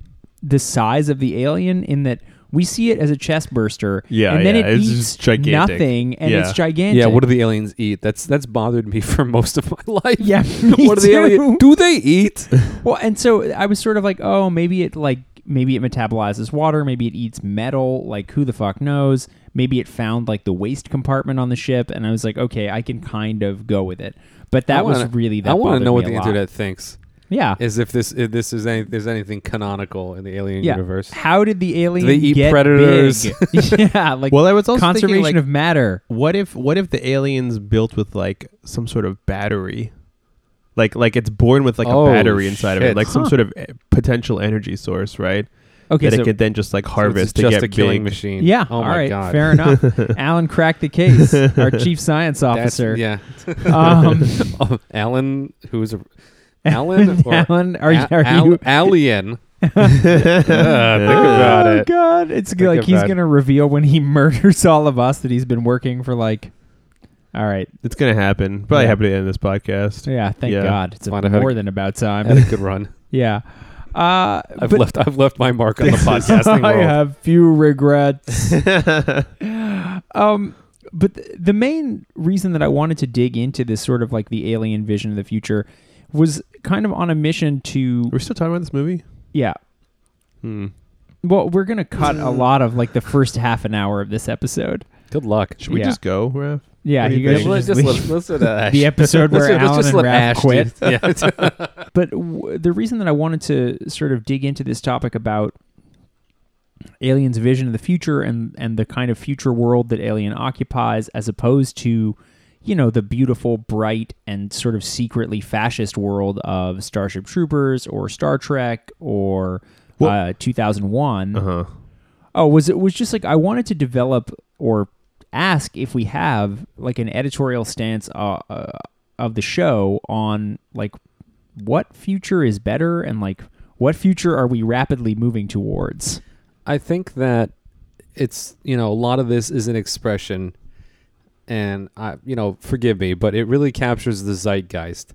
[SPEAKER 7] the size of the alien in that we see it as a chest burster.
[SPEAKER 6] Yeah,
[SPEAKER 7] and then
[SPEAKER 6] yeah,
[SPEAKER 7] it
[SPEAKER 6] it's
[SPEAKER 7] eats
[SPEAKER 6] just gigantic.
[SPEAKER 7] nothing, and it's
[SPEAKER 6] Yeah.
[SPEAKER 7] gigantic.
[SPEAKER 5] yeah, what do the aliens eat? That's that's bothered me <laughs> for most of my life. <laughs>
[SPEAKER 7] Yeah, me
[SPEAKER 5] what do the
[SPEAKER 7] too.
[SPEAKER 5] aliens? Do they eat?
[SPEAKER 7] Well, and so I was sort of like, oh, maybe it like maybe it metabolizes water, maybe it eats metal, like who the fuck knows? Maybe it found like the waste compartment on the ship, and I was like, okay, I can kind of go with it. But that
[SPEAKER 5] I wanna,
[SPEAKER 7] was really that.
[SPEAKER 5] I wanna
[SPEAKER 7] bothered
[SPEAKER 5] know
[SPEAKER 7] me
[SPEAKER 5] what
[SPEAKER 7] a
[SPEAKER 5] the
[SPEAKER 7] lot.
[SPEAKER 5] internet thinks.
[SPEAKER 7] Yeah,
[SPEAKER 5] Is if this if this is any, there's anything canonical in the alien
[SPEAKER 7] yeah.
[SPEAKER 5] universe.
[SPEAKER 7] How did the alien
[SPEAKER 5] they eat
[SPEAKER 7] get
[SPEAKER 5] predators?
[SPEAKER 7] big? <laughs> yeah, like
[SPEAKER 6] Well, I was also thinking,
[SPEAKER 7] conservation
[SPEAKER 6] like-
[SPEAKER 7] of matter.
[SPEAKER 6] What if what if the aliens built with like some sort of battery? Like like it's born with like
[SPEAKER 5] Oh,
[SPEAKER 6] a battery inside of
[SPEAKER 5] shit.
[SPEAKER 6] it, like some
[SPEAKER 7] Huh.
[SPEAKER 6] sort of eh, potential energy source, right?
[SPEAKER 7] Okay,
[SPEAKER 6] that
[SPEAKER 7] so
[SPEAKER 6] it could then just like
[SPEAKER 5] So it's
[SPEAKER 6] harvest
[SPEAKER 5] just
[SPEAKER 6] to get
[SPEAKER 5] a killing
[SPEAKER 6] big.
[SPEAKER 5] machine.
[SPEAKER 7] yeah,
[SPEAKER 5] Oh
[SPEAKER 7] all
[SPEAKER 5] my
[SPEAKER 7] right,
[SPEAKER 5] god. <laughs>
[SPEAKER 7] fair enough. Alan cracked the case, our chief science
[SPEAKER 5] That's,
[SPEAKER 7] officer. <laughs>
[SPEAKER 5] yeah. <laughs>
[SPEAKER 7] Um, <laughs>
[SPEAKER 5] Oh, Alan, who's a Alan or
[SPEAKER 7] Alan, are,
[SPEAKER 5] A-
[SPEAKER 7] are
[SPEAKER 5] Al-
[SPEAKER 7] you <laughs>
[SPEAKER 5] alien? <laughs> Yeah, think about
[SPEAKER 7] oh,
[SPEAKER 5] it.
[SPEAKER 7] God, it's
[SPEAKER 5] Think
[SPEAKER 7] like he's
[SPEAKER 5] about it.
[SPEAKER 7] gonna reveal when he <laughs> murders all of us that he's been working for like. All right,
[SPEAKER 6] It's gonna happen. Probably
[SPEAKER 7] Yeah.
[SPEAKER 6] happen to the end of this podcast.
[SPEAKER 7] yeah, thank
[SPEAKER 6] Yeah.
[SPEAKER 7] God, it's
[SPEAKER 5] Find out how to-
[SPEAKER 7] more than about
[SPEAKER 5] I
[SPEAKER 7] time.
[SPEAKER 5] had a good run.
[SPEAKER 7] <laughs> yeah, uh,
[SPEAKER 5] I've
[SPEAKER 7] but <laughs>
[SPEAKER 5] left. I've left my mark on the podcasting
[SPEAKER 7] I
[SPEAKER 5] world.
[SPEAKER 7] have
[SPEAKER 5] <laughs>
[SPEAKER 7] few regrets. um, but th- the main reason that I wanted to dig into this sort of like the alien vision of the future was kind of on a mission to
[SPEAKER 6] We're still talking about this movie.
[SPEAKER 7] yeah
[SPEAKER 6] Hmm.
[SPEAKER 7] well we're gonna cut
[SPEAKER 5] Mm.
[SPEAKER 7] a lot of like the first half an hour of this episode
[SPEAKER 5] Good luck.
[SPEAKER 6] Should we
[SPEAKER 7] Yeah.
[SPEAKER 6] just go, Raph?
[SPEAKER 7] yeah
[SPEAKER 6] What do
[SPEAKER 7] you
[SPEAKER 6] you
[SPEAKER 7] guys
[SPEAKER 6] think?
[SPEAKER 7] should
[SPEAKER 6] Let's
[SPEAKER 7] just leave. the episode where Alan and Raph quit. <laughs>
[SPEAKER 5] Yeah.
[SPEAKER 7] But w- the reason that I wanted to sort of dig into this topic about Alien's vision of the future and and the kind of future world that Alien occupies, as opposed to you know the beautiful, bright, and sort of secretly fascist world of Starship Troopers or Star Trek or uh, 2001.
[SPEAKER 6] Uh huh.
[SPEAKER 7] Oh, was it was just like I wanted to develop or ask if we have like an editorial stance uh, uh, of the show on like what future is better and like what future are we rapidly moving towards?
[SPEAKER 5] I think that it's you know a lot of this is an expression, and I you know forgive me, but it really captures the zeitgeist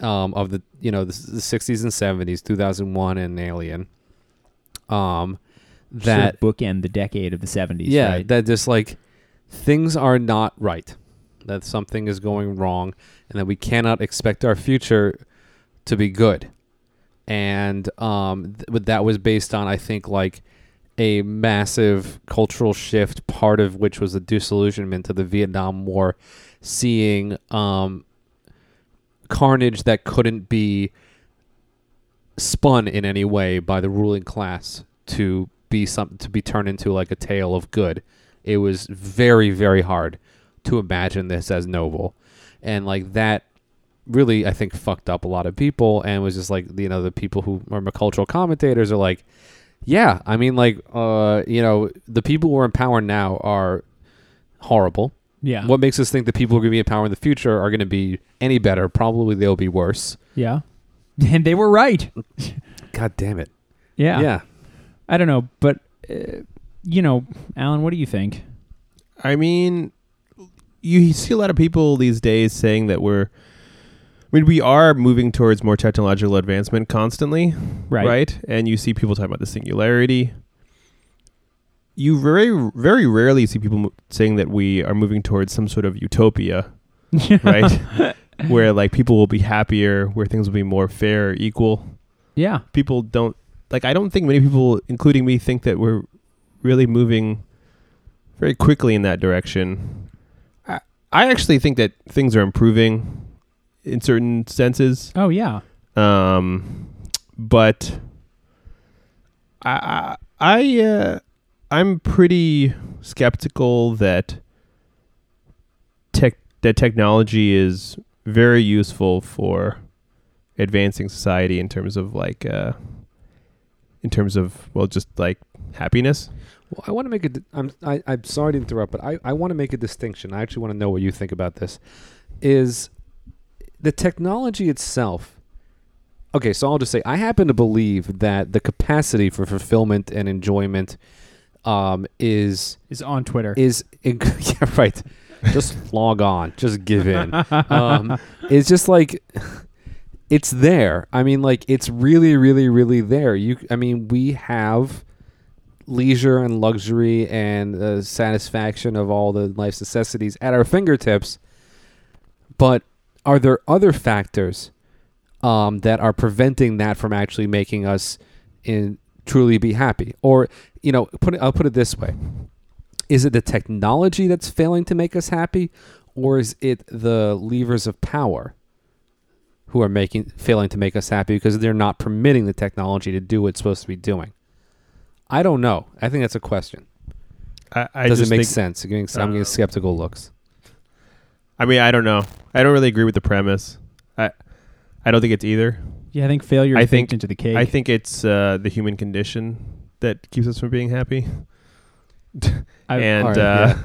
[SPEAKER 5] um, of the you know the, the '60s and '70s, 2001 and Alien. Um, that
[SPEAKER 7] sort of bookend the decade of the 70s,
[SPEAKER 5] yeah,
[SPEAKER 7] right?
[SPEAKER 5] that just like things are not right, that something is going wrong, and that we cannot expect our future to be good. And um, th- but that was based on I think like a massive cultural shift, part of which was the disillusionment of the Vietnam War, seeing um, carnage that couldn't be spun in any way by the ruling class to be something to be turned into like a tale of good. It was very very hard to imagine this as noble, and like that really I think fucked up a lot of people and was just like you know the people who are cultural commentators are like, yeah, I mean like uh you know the people who are in power now are horrible.
[SPEAKER 7] yeah.
[SPEAKER 5] What makes us think the people who are going to be in power in the future are going to be any better? Probably they'll be worse.
[SPEAKER 7] yeah. <laughs> And they were right.
[SPEAKER 5] God damn it.
[SPEAKER 7] Yeah.
[SPEAKER 5] yeah.
[SPEAKER 7] I don't know, but uh, you know, Alan, what do you think?
[SPEAKER 6] I mean, you see a lot of people these days saying that we're. I mean, we are moving towards more technological advancement constantly,
[SPEAKER 7] Right.
[SPEAKER 6] And you see people talking about the singularity. You very, very rarely see people mo- saying that we are moving towards some sort of utopia, right? where like people will be happier, where things will be more fair, equal.
[SPEAKER 7] <laughs> Yeah.
[SPEAKER 6] people don't like I don't think many people including me think that we're really moving very quickly in that direction. I, I actually think that things are improving in certain senses.
[SPEAKER 7] Oh yeah.
[SPEAKER 6] Um but I I I, uh, I'm pretty skeptical that tech that technology is very useful for advancing society in terms of like uh in terms of well just like happiness
[SPEAKER 5] Well, I want to make a. di- I'm I, I'm sorry to interrupt, but I I want to make a distinction. I actually want to know what you think about this. Is the technology itself? Okay, so I'll just say I happen to believe that the capacity for fulfillment and enjoyment um, is
[SPEAKER 7] Is on Twitter.
[SPEAKER 5] is <laughs> inc- yeah right. Just log on. Just give in. Um, it's just like <sighs> it's there. I mean, like it's really, really, really there. You, I mean, we have leisure and luxury and the satisfaction of all the life's necessities at our fingertips. But are there other factors um, that are preventing that from actually making us in truly be happy? Or you know, put it, I'll put it this way: Is it the technology that's failing to make us happy, or is it the levers of power? Who are making failing to make us happy because they're not permitting the technology to do what it's supposed to be doing? I don't know. I think that's a question.
[SPEAKER 6] i, I
[SPEAKER 5] Does it
[SPEAKER 6] just
[SPEAKER 5] make
[SPEAKER 6] think-
[SPEAKER 5] sense? I'm getting, I'm getting skeptical looks.
[SPEAKER 6] i mean i don't know i don't really agree with the premise i i don't think it's either
[SPEAKER 7] yeah, I think failure
[SPEAKER 6] I
[SPEAKER 7] is
[SPEAKER 6] think-
[SPEAKER 7] baked into the cake.
[SPEAKER 6] I think it's uh, the human condition that keeps us from being happy,
[SPEAKER 7] I-
[SPEAKER 6] and
[SPEAKER 5] alright,
[SPEAKER 6] uh,
[SPEAKER 5] yeah.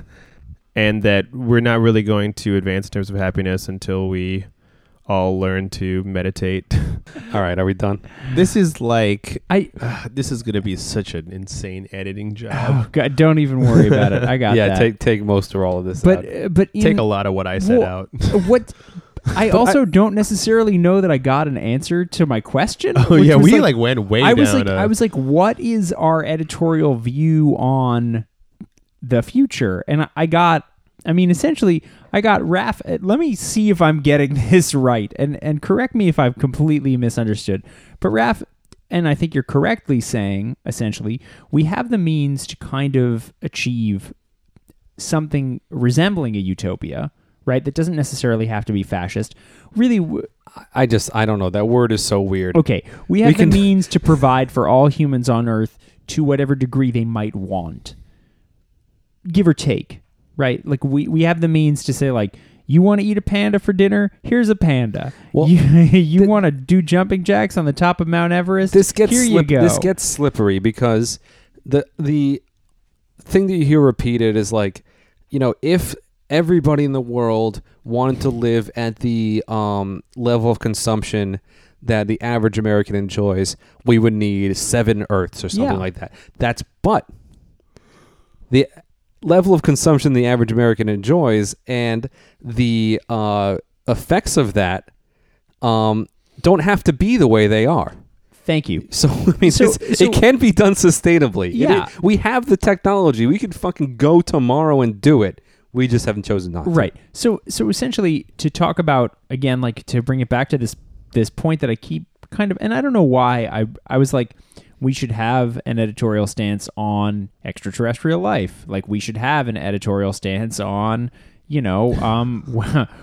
[SPEAKER 6] and that we're not really going to advance in terms of happiness until we all learn to meditate.
[SPEAKER 5] All right, are we done?
[SPEAKER 6] <laughs> this is like
[SPEAKER 7] I
[SPEAKER 6] <sighs> this is going to be such an insane editing job. <sighs>
[SPEAKER 7] oh god, don't even worry about it.
[SPEAKER 6] <laughs>
[SPEAKER 7] I got
[SPEAKER 5] yeah,
[SPEAKER 7] that.
[SPEAKER 5] take take most or all of this. out.
[SPEAKER 7] but uh, but
[SPEAKER 6] Take
[SPEAKER 7] in,
[SPEAKER 6] a lot of what I set <laughs>
[SPEAKER 7] Wha-
[SPEAKER 6] out.
[SPEAKER 7] what I also don't necessarily know that I got an answer to my question.
[SPEAKER 6] oh
[SPEAKER 7] which
[SPEAKER 6] yeah,
[SPEAKER 7] was
[SPEAKER 6] we like, went way
[SPEAKER 7] I
[SPEAKER 6] down.
[SPEAKER 7] was like
[SPEAKER 6] a-
[SPEAKER 7] I was like what is our editorial view on the future? And I- I got I mean essentially I got Raf uh, let me see if I'm getting <laughs> this right and and correct me if I've completely misunderstood. But Raf and I think you're correctly saying essentially we have the means to kind of achieve something resembling a utopia, right? That doesn't necessarily have to be fascist. Really w-
[SPEAKER 5] I just I don't know. That word is so weird.
[SPEAKER 7] Okay, we have
[SPEAKER 5] We can- <laughs>
[SPEAKER 7] the means to provide for all humans on Earth to whatever degree they might want, give or take, right? Like we we have the means to say like. You want to eat a panda for dinner? Here's a panda.
[SPEAKER 5] Well,
[SPEAKER 7] you <laughs> you want to do jumping jacks on the top of Mount Everest?
[SPEAKER 5] This gets
[SPEAKER 7] here.
[SPEAKER 5] slip-
[SPEAKER 7] you go.
[SPEAKER 5] this gets slippery because the the thing that you hear repeated is like, you know, if everybody in the world wanted to live at the um, level of consumption that the average American enjoys, we would need seven Earths or something
[SPEAKER 7] Yeah.
[SPEAKER 5] like that. That's but the level of consumption the average American enjoys and the uh, effects of that um, don't have to be the way they are.
[SPEAKER 7] Thank you.
[SPEAKER 5] So <laughs> I mean,
[SPEAKER 7] So-
[SPEAKER 5] it's-
[SPEAKER 7] so-
[SPEAKER 5] it can be done sustainably. It-
[SPEAKER 7] Yeah.
[SPEAKER 5] it- we have the technology. We can fucking go tomorrow and do it. We just haven't chosen not to.
[SPEAKER 7] Right. So so essentially to talk about again like to bring it back to this this point that I keep kind of and I don't know why I I was like we should have an editorial stance on extraterrestrial life. Like we should have an editorial stance on, you know, um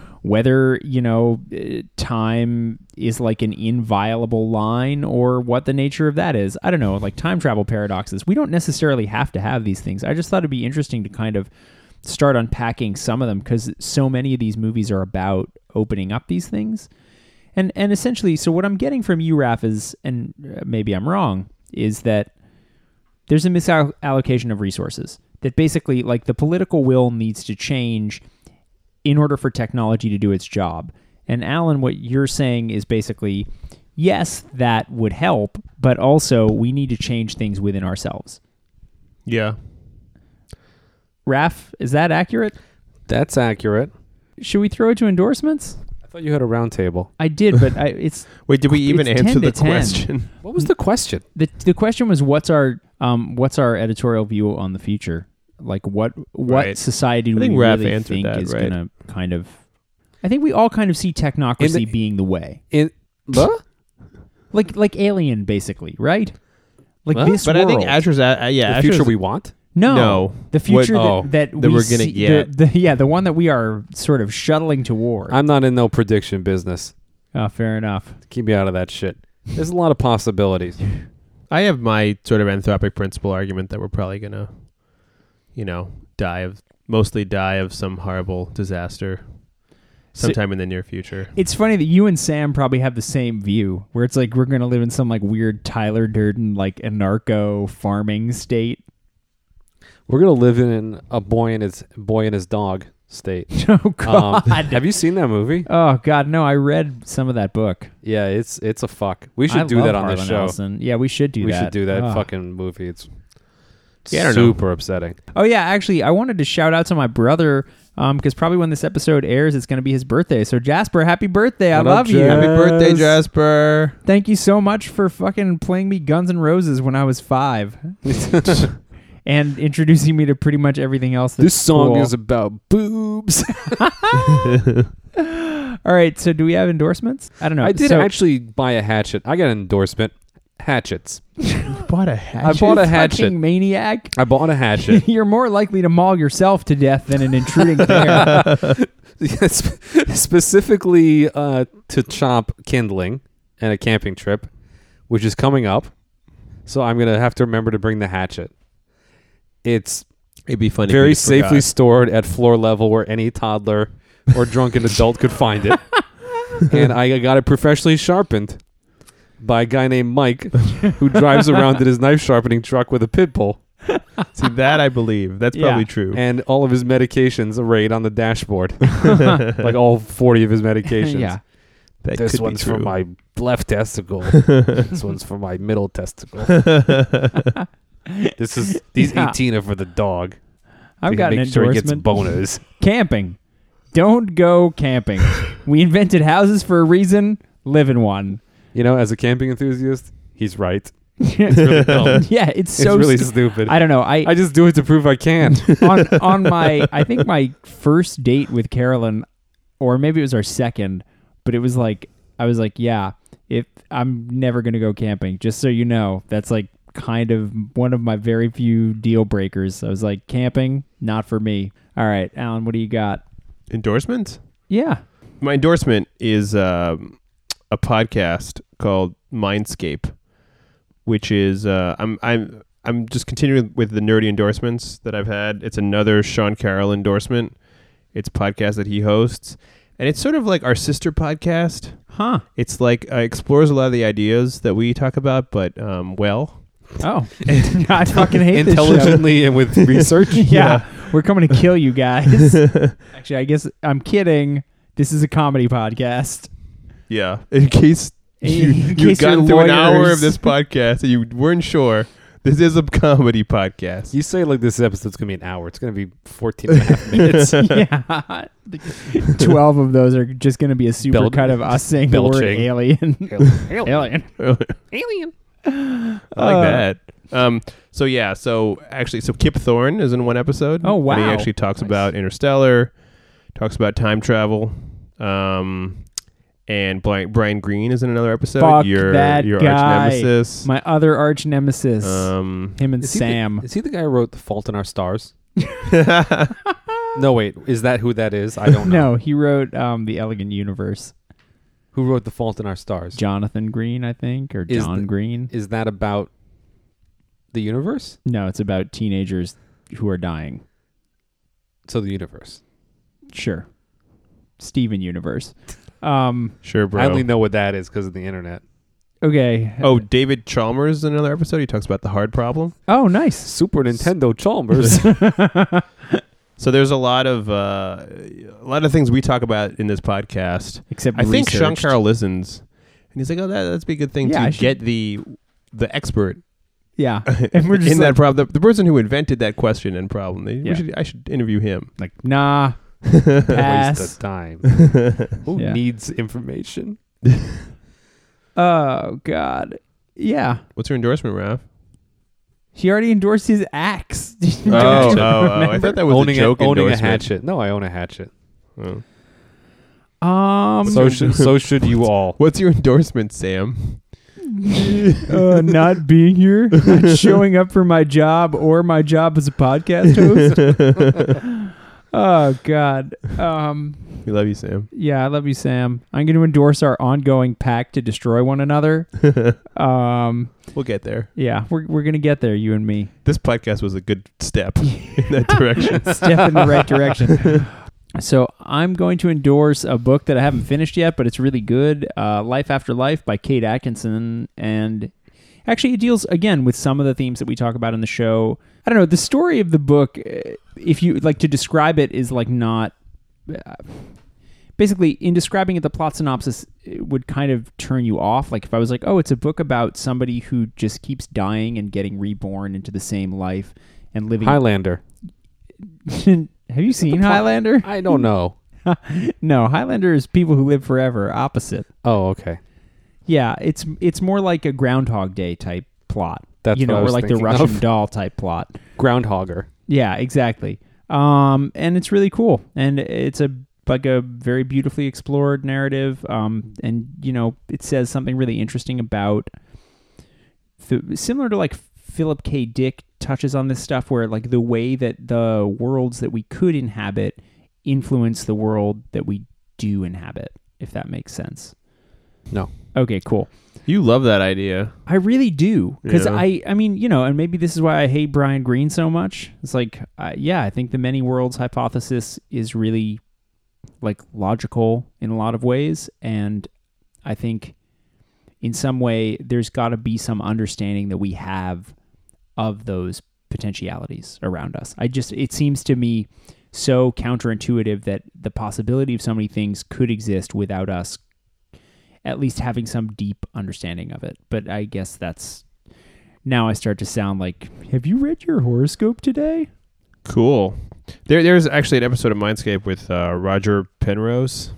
[SPEAKER 7] <laughs> whether, you know, eh, time is like an inviolable line or what the nature of that is. I don't know, like time travel paradoxes. We don't necessarily have to have these things. I just thought it'd be interesting to kind of start unpacking some of them because so many of these movies are about opening up these things. And and essentially, so what I'm getting from you, Raph, is, and uh, maybe I'm wrong, is that there's a misallocation of resources. That basically, like the political will needs to change in order for technology to do its job. And Alan, what you're saying is basically, yes, that would help, but also we need to change things within ourselves.
[SPEAKER 6] Yeah.
[SPEAKER 7] Raph, is that accurate?
[SPEAKER 5] That's accurate.
[SPEAKER 7] Should we throw it to endorsements?
[SPEAKER 5] I thought you had a round table.
[SPEAKER 7] I did,
[SPEAKER 6] <laughs>
[SPEAKER 7] but I, it's
[SPEAKER 6] Wait, did we even
[SPEAKER 7] It's 10
[SPEAKER 6] answer
[SPEAKER 7] to
[SPEAKER 6] the
[SPEAKER 7] 10.
[SPEAKER 6] <laughs> question?
[SPEAKER 5] What was the question?
[SPEAKER 7] the the question was what's our um what's our editorial view on the future? Like what what
[SPEAKER 6] Right.
[SPEAKER 7] society do
[SPEAKER 6] I
[SPEAKER 7] we
[SPEAKER 6] think Raph
[SPEAKER 7] really
[SPEAKER 6] answered
[SPEAKER 7] think
[SPEAKER 6] that,
[SPEAKER 7] is
[SPEAKER 6] right.
[SPEAKER 7] gonna kind of? I think we all kind of see technocracy
[SPEAKER 5] In the-
[SPEAKER 7] being the way, <laughs>
[SPEAKER 5] In what?
[SPEAKER 7] like like Alien, basically, right? Like
[SPEAKER 5] Well,
[SPEAKER 7] this
[SPEAKER 6] But
[SPEAKER 7] world.
[SPEAKER 6] I think Asher's, uh, uh, yeah,
[SPEAKER 5] the
[SPEAKER 6] Asher's-
[SPEAKER 5] future we want.
[SPEAKER 7] no,
[SPEAKER 6] No.
[SPEAKER 7] the future
[SPEAKER 6] What- oh,
[SPEAKER 7] that, that
[SPEAKER 6] that
[SPEAKER 7] we
[SPEAKER 6] we're gonna
[SPEAKER 7] see,
[SPEAKER 6] get.
[SPEAKER 7] the, the, yeah, the one that we are sort of shuttling toward.
[SPEAKER 5] I'm not in no prediction business.
[SPEAKER 7] oh, fair enough.
[SPEAKER 5] Keep me out of that shit. There's a lot of possibilities.
[SPEAKER 6] I have my sort of anthropic principle argument that we're probably gonna, you know, die of mostly die of some horrible disaster
[SPEAKER 7] So-
[SPEAKER 6] sometime in the near future.
[SPEAKER 7] It's funny that you and Sam probably have the same view, where it's like we're gonna live in some like weird Tyler Durden like anarcho farming state. <laughs>
[SPEAKER 5] We're gonna live in a boy and his boy and his dog
[SPEAKER 7] <laughs>
[SPEAKER 5] state.
[SPEAKER 7] Oh
[SPEAKER 5] Um,
[SPEAKER 7] God!
[SPEAKER 5] have you seen that movie?
[SPEAKER 7] oh God! No, I read some of that book.
[SPEAKER 5] Yeah, it's it's a fuck. We should
[SPEAKER 7] I
[SPEAKER 5] do
[SPEAKER 7] love
[SPEAKER 5] that on the
[SPEAKER 7] Harlan
[SPEAKER 5] show.
[SPEAKER 7] Ellison. Yeah, we should do
[SPEAKER 5] we
[SPEAKER 7] that.
[SPEAKER 5] should do that
[SPEAKER 7] Ugh.
[SPEAKER 5] fucking movie. It's
[SPEAKER 6] Ah. Yeah, I don't know.
[SPEAKER 5] super upsetting.
[SPEAKER 7] Oh yeah, actually, I wanted to shout out to my brother because probably when this episode airs, it's gonna be his birthday. So Jasper, happy birthday! I
[SPEAKER 5] What up,
[SPEAKER 7] love you.
[SPEAKER 5] Jas?
[SPEAKER 6] birthday, Jasper!
[SPEAKER 7] Thank you so much for fucking playing me Guns N' Roses when I was
[SPEAKER 5] <laughs>
[SPEAKER 7] five, and introducing me to pretty much everything else. That's
[SPEAKER 5] This song
[SPEAKER 7] cool.
[SPEAKER 5] is about
[SPEAKER 6] <laughs>
[SPEAKER 5] boobs.
[SPEAKER 7] <sighs> All right, so do we have endorsements? I don't know.
[SPEAKER 5] I did
[SPEAKER 7] So-
[SPEAKER 5] actually buy a hatchet. I got an endorsement. Hatchets.
[SPEAKER 6] Bought a
[SPEAKER 7] I <laughs>
[SPEAKER 6] hatchet.
[SPEAKER 7] bought
[SPEAKER 5] You
[SPEAKER 7] a
[SPEAKER 5] fucking
[SPEAKER 7] hatchet. Maniac.
[SPEAKER 5] I bought a hatchet.
[SPEAKER 6] <laughs>
[SPEAKER 5] <laughs>
[SPEAKER 7] <laughs> You're more likely to maul yourself to death than an intruding bear.
[SPEAKER 5] Yes, specifically uh, to chomp kindling and a camping trip, which is coming up. So I'm gonna have to remember to bring the hatchet. It's
[SPEAKER 6] It'd be funny. if you
[SPEAKER 5] very
[SPEAKER 6] just
[SPEAKER 5] safely
[SPEAKER 6] forgot.
[SPEAKER 5] stored at floor level where any toddler or drunken adult could find
[SPEAKER 7] <laughs>
[SPEAKER 5] it. and I got it professionally sharpened by a guy named Mike who drives around in his knife sharpening truck with a pit bull
[SPEAKER 6] See that I believe. That's
[SPEAKER 5] <laughs>
[SPEAKER 7] Yeah.
[SPEAKER 6] probably true.
[SPEAKER 5] and all of his medications arrayed on the
[SPEAKER 7] <laughs>
[SPEAKER 5] dashboard. like all 40 of his medications.
[SPEAKER 7] yeah.
[SPEAKER 6] that
[SPEAKER 5] this
[SPEAKER 6] could be
[SPEAKER 5] one's for
[SPEAKER 6] true.
[SPEAKER 5] my left
[SPEAKER 7] <laughs>
[SPEAKER 5] testicle. this one's for my middle testicle. this is these
[SPEAKER 7] Yeah.
[SPEAKER 5] 18 are for the dog.
[SPEAKER 7] I've
[SPEAKER 5] We
[SPEAKER 7] got an
[SPEAKER 5] make sure he gets
[SPEAKER 7] endorsement. <laughs>
[SPEAKER 5] boners.
[SPEAKER 7] camping. Don't go camping. we invented houses for a reason. Live in one. <laughs>
[SPEAKER 5] You know, as a camping enthusiast, he's right.
[SPEAKER 7] it's
[SPEAKER 5] Really dumb.
[SPEAKER 7] yeah,
[SPEAKER 5] <laughs>
[SPEAKER 7] it's
[SPEAKER 5] It's
[SPEAKER 7] so
[SPEAKER 5] really
[SPEAKER 7] stu-
[SPEAKER 5] stupid.
[SPEAKER 7] I don't know. I,
[SPEAKER 5] <laughs> I just do it to prove I
[SPEAKER 7] <laughs>
[SPEAKER 5] can.
[SPEAKER 7] on on my I think my first date with Carolyn, or maybe it was our second, but it was like I was like, yeah, if I'm never gonna go camping, just so you know, that's like kind of one of my very few deal breakers. I was like, camping, not for me. All right, Alan, what do you got?
[SPEAKER 6] <laughs> endorsement.
[SPEAKER 7] Yeah.
[SPEAKER 6] My endorsement is um, a podcast called Mindscape, which is uh, I'm I'm I'm just continuing with the nerdy endorsements that I've had. It's another Sean Carroll endorsement. It's a podcast that he hosts, and it's sort of like our sister podcast.
[SPEAKER 7] Huh.
[SPEAKER 6] It's like uh, explores a lot of the ideas that we talk about, but um, well,
[SPEAKER 7] Oh. <laughs> I fucking hate this show.
[SPEAKER 5] Intelligently and
[SPEAKER 7] <laughs>
[SPEAKER 5] with research.
[SPEAKER 7] Yeah. We're coming to kill you <laughs> guys. Actually, I guess I'm kidding. This is a comedy podcast.
[SPEAKER 6] yeah. In case you,
[SPEAKER 7] In
[SPEAKER 6] you've
[SPEAKER 7] case your
[SPEAKER 6] gotten through an hour
[SPEAKER 7] lawyers-
[SPEAKER 6] of this <laughs> podcast and you weren't sure. This is a comedy podcast.
[SPEAKER 5] You say like this episode's going to be an hour. It's going to be 14 and a half
[SPEAKER 7] <laughs>
[SPEAKER 5] minutes.
[SPEAKER 7] yeah. 12 of those are just going to be a super
[SPEAKER 5] Bel-
[SPEAKER 7] cut of us saying the word
[SPEAKER 5] belching.
[SPEAKER 7] alien. <laughs> alien.
[SPEAKER 5] Alien.
[SPEAKER 6] I like
[SPEAKER 7] Uh,
[SPEAKER 6] that. Um, so yeah, so actually, so Kip Thorne is in one episode.
[SPEAKER 7] Oh,
[SPEAKER 6] And he
[SPEAKER 7] wow.
[SPEAKER 6] actually talks about Interstellar, talks about time travel, um, and Brian, Brian Green is in another episode.
[SPEAKER 7] Fuck
[SPEAKER 6] your
[SPEAKER 7] that
[SPEAKER 6] your
[SPEAKER 7] guy.
[SPEAKER 6] arch nemesis.
[SPEAKER 7] My other arch nemesis,
[SPEAKER 6] um,
[SPEAKER 7] him and
[SPEAKER 5] Is he the-
[SPEAKER 7] Sam.
[SPEAKER 5] is he the guy who wrote The Fault in Our
[SPEAKER 7] <laughs>
[SPEAKER 5] Stars? no, wait. Is that who that is? I don't know.
[SPEAKER 7] no, he wrote um, The Elegant Universe.
[SPEAKER 5] Who wrote The Fault in Our Stars?
[SPEAKER 7] Jonathan Green, I think, or
[SPEAKER 5] Is
[SPEAKER 7] John
[SPEAKER 5] the-
[SPEAKER 7] Green.
[SPEAKER 5] Is that about the universe?
[SPEAKER 7] no, it's about teenagers who are dying.
[SPEAKER 5] So the universe.
[SPEAKER 7] Sure.
[SPEAKER 5] <laughs>
[SPEAKER 7] Steven Universe. Um,
[SPEAKER 6] sure, bro.
[SPEAKER 5] I only know what that is because of the internet.
[SPEAKER 7] okay.
[SPEAKER 6] Oh, David Chalmers is in another episode. He talks about the hard problem.
[SPEAKER 7] Oh, nice.
[SPEAKER 5] Super Nintendo Chalmers.
[SPEAKER 6] So there's a lot of uh, a lot of things we talk about in this podcast.
[SPEAKER 7] Except
[SPEAKER 6] I think Sean
[SPEAKER 7] researched.
[SPEAKER 6] Carroll listens, and he's like, "Oh, that, that's be a good thing
[SPEAKER 7] Yeah,
[SPEAKER 6] to
[SPEAKER 7] I should-
[SPEAKER 6] get the the expert
[SPEAKER 7] Yeah. And we're just
[SPEAKER 6] in
[SPEAKER 7] like,
[SPEAKER 6] that problem. The, the person who invented that question and problem. They, we
[SPEAKER 7] Yeah.
[SPEAKER 6] should, I should interview
[SPEAKER 7] <laughs>
[SPEAKER 6] him.
[SPEAKER 7] like,
[SPEAKER 6] <laughs>
[SPEAKER 7] nah.
[SPEAKER 5] Waste
[SPEAKER 7] <laughs> pass.
[SPEAKER 5] of time. Who
[SPEAKER 7] Yeah.
[SPEAKER 5] needs information?
[SPEAKER 7] Oh, God. Yeah.
[SPEAKER 6] What's your endorsement, Raf?
[SPEAKER 7] He already endorsed his axe. Did
[SPEAKER 6] <laughs>
[SPEAKER 7] you
[SPEAKER 6] oh,
[SPEAKER 7] actually
[SPEAKER 6] I
[SPEAKER 7] remember?
[SPEAKER 6] thought that was
[SPEAKER 5] owning
[SPEAKER 6] a joke.
[SPEAKER 5] owning a
[SPEAKER 6] endorsement.
[SPEAKER 5] hatchet. No, I own a hatchet.
[SPEAKER 6] Oh.
[SPEAKER 7] Um,
[SPEAKER 5] So should so should you all.
[SPEAKER 6] What's your endorsement, Sam?
[SPEAKER 7] <laughs> uh, not being here, not showing up for my job or my job as a podcast host. oh God. Um,
[SPEAKER 6] We love you, Sam.
[SPEAKER 7] yeah, I love you, Sam. I'm going to endorse our ongoing pact to destroy one another. um,
[SPEAKER 6] We'll get there.
[SPEAKER 7] yeah, we're we're gonna get there, you and me.
[SPEAKER 6] This podcast was a good step in that direction.
[SPEAKER 7] <laughs> Step in the right direction. So I'm going to endorse a book that I haven't finished yet, but it's really good. Uh, Life After Life by Kate Atkinson, and actually it deals again with some of the themes that we talk about in the show. I don't know the story of the book. uh, If you like to describe it, is like not. Uh, basically, in describing it, the plot synopsis it would kind of turn you off. Like if I was like, "Oh, it's a book about somebody who just keeps dying and getting reborn into the same life and living."
[SPEAKER 5] Highlander.
[SPEAKER 7] <laughs> Have you seen Highlander?
[SPEAKER 5] I don't know.
[SPEAKER 7] No, Highlander is people who live forever. Opposite.
[SPEAKER 5] Oh, okay.
[SPEAKER 7] Yeah, it's it's more like a Groundhog Day type plot.
[SPEAKER 5] That's
[SPEAKER 7] you know,
[SPEAKER 5] what I
[SPEAKER 7] or
[SPEAKER 5] was
[SPEAKER 7] like the
[SPEAKER 5] thinking
[SPEAKER 7] Russian
[SPEAKER 5] of.
[SPEAKER 7] doll type plot.
[SPEAKER 5] Groundhogger.
[SPEAKER 7] Yeah, exactly. Um, and it's really cool, and it's a like a very beautifully explored narrative. Um, and you know, it says something really interesting about the- similar to like Philip K. Dick touches on this stuff, where like the way that the worlds that we could inhabit influence the world that we do inhabit. If that makes sense.
[SPEAKER 5] No.
[SPEAKER 7] Okay, cool.
[SPEAKER 6] you love that idea.
[SPEAKER 7] I really do because
[SPEAKER 6] Yeah.
[SPEAKER 7] I, I mean, you know, and maybe this is why I hate Brian Greene so much. It's like, uh, yeah, I think the many worlds hypothesis is really like logical in a lot of ways, and I think in some way there's got to be some understanding that we have of those potentialities around us. I just, it seems to me so counterintuitive that the possibility of so many things could exist without us at least having some deep understanding of it. But I guess that's now I start to sound like, have you read your horoscope today?
[SPEAKER 6] Cool. There, there's actually an episode of Mindscape with uh, Roger Penrose,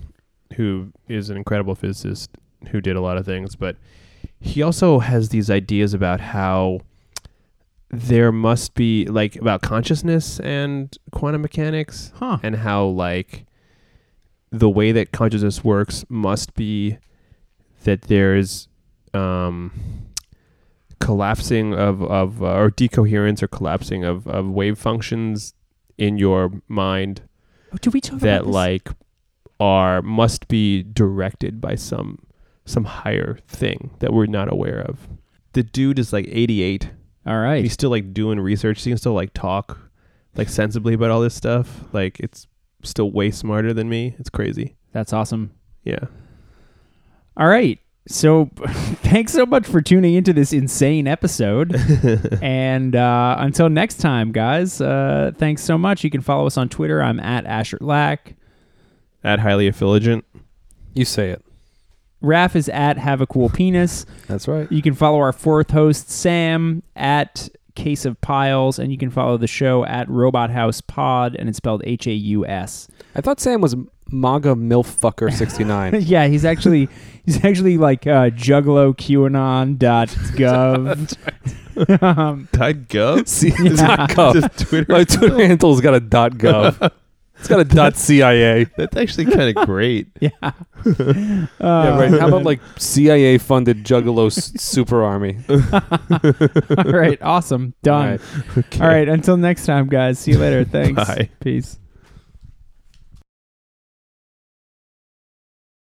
[SPEAKER 6] who is an incredible physicist who did a lot of things, but he also has these ideas about how there must be like about consciousness and quantum mechanics
[SPEAKER 7] Huh.
[SPEAKER 6] and how like the way that consciousness works must be that there's um, collapsing of, of uh, or decoherence or collapsing of, of wave functions in your mind
[SPEAKER 7] Oh, did we talk
[SPEAKER 6] that
[SPEAKER 7] about this?
[SPEAKER 6] like are must be directed by some some higher thing that we're not aware of. The dude is like 88.
[SPEAKER 7] All
[SPEAKER 6] and
[SPEAKER 7] right.
[SPEAKER 6] He's still like doing research. He can still like talk like sensibly about all this stuff. Like it's still way smarter than me. It's crazy.
[SPEAKER 7] That's awesome.
[SPEAKER 6] Yeah.
[SPEAKER 7] All right. So <laughs> thanks so much for tuning into this insane episode. and uh, until next time, guys, uh, thanks so much. You can follow us on Twitter. I'm at Asher Lack.
[SPEAKER 6] At highly affiligent.
[SPEAKER 5] You say it.
[SPEAKER 7] Raph is at Have a Cool Penis.
[SPEAKER 5] That's right.
[SPEAKER 7] You can follow our fourth host, Sam, at Case of Piles, and you can follow the show at Robot House Pod, and it's spelled H A U S.
[SPEAKER 5] I thought Sam was MAGA milfucker sixty <laughs> nine.
[SPEAKER 7] <laughs> yeah, he's actually he's actually like
[SPEAKER 5] <laughs>
[SPEAKER 7] uh, juggloqanon.gov. <laughs> um,
[SPEAKER 6] Dot <laughs> gov.
[SPEAKER 5] C- dot <laughs> gov.
[SPEAKER 6] Just Twitter. <laughs>
[SPEAKER 5] My Twitter <laughs> handle's got a dot gov. It's got a <laughs> dot CIA.
[SPEAKER 6] That's actually kind of great.
[SPEAKER 5] <laughs>
[SPEAKER 7] yeah. Uh,
[SPEAKER 5] Yeah, right. How about like CIA funded Juggalo s- super <laughs> army?
[SPEAKER 7] <laughs> All right. Awesome. Done.
[SPEAKER 5] All right. <laughs>
[SPEAKER 7] <laughs> All right. Until next time, guys. See you later. Thanks.
[SPEAKER 6] Bye.
[SPEAKER 7] Peace.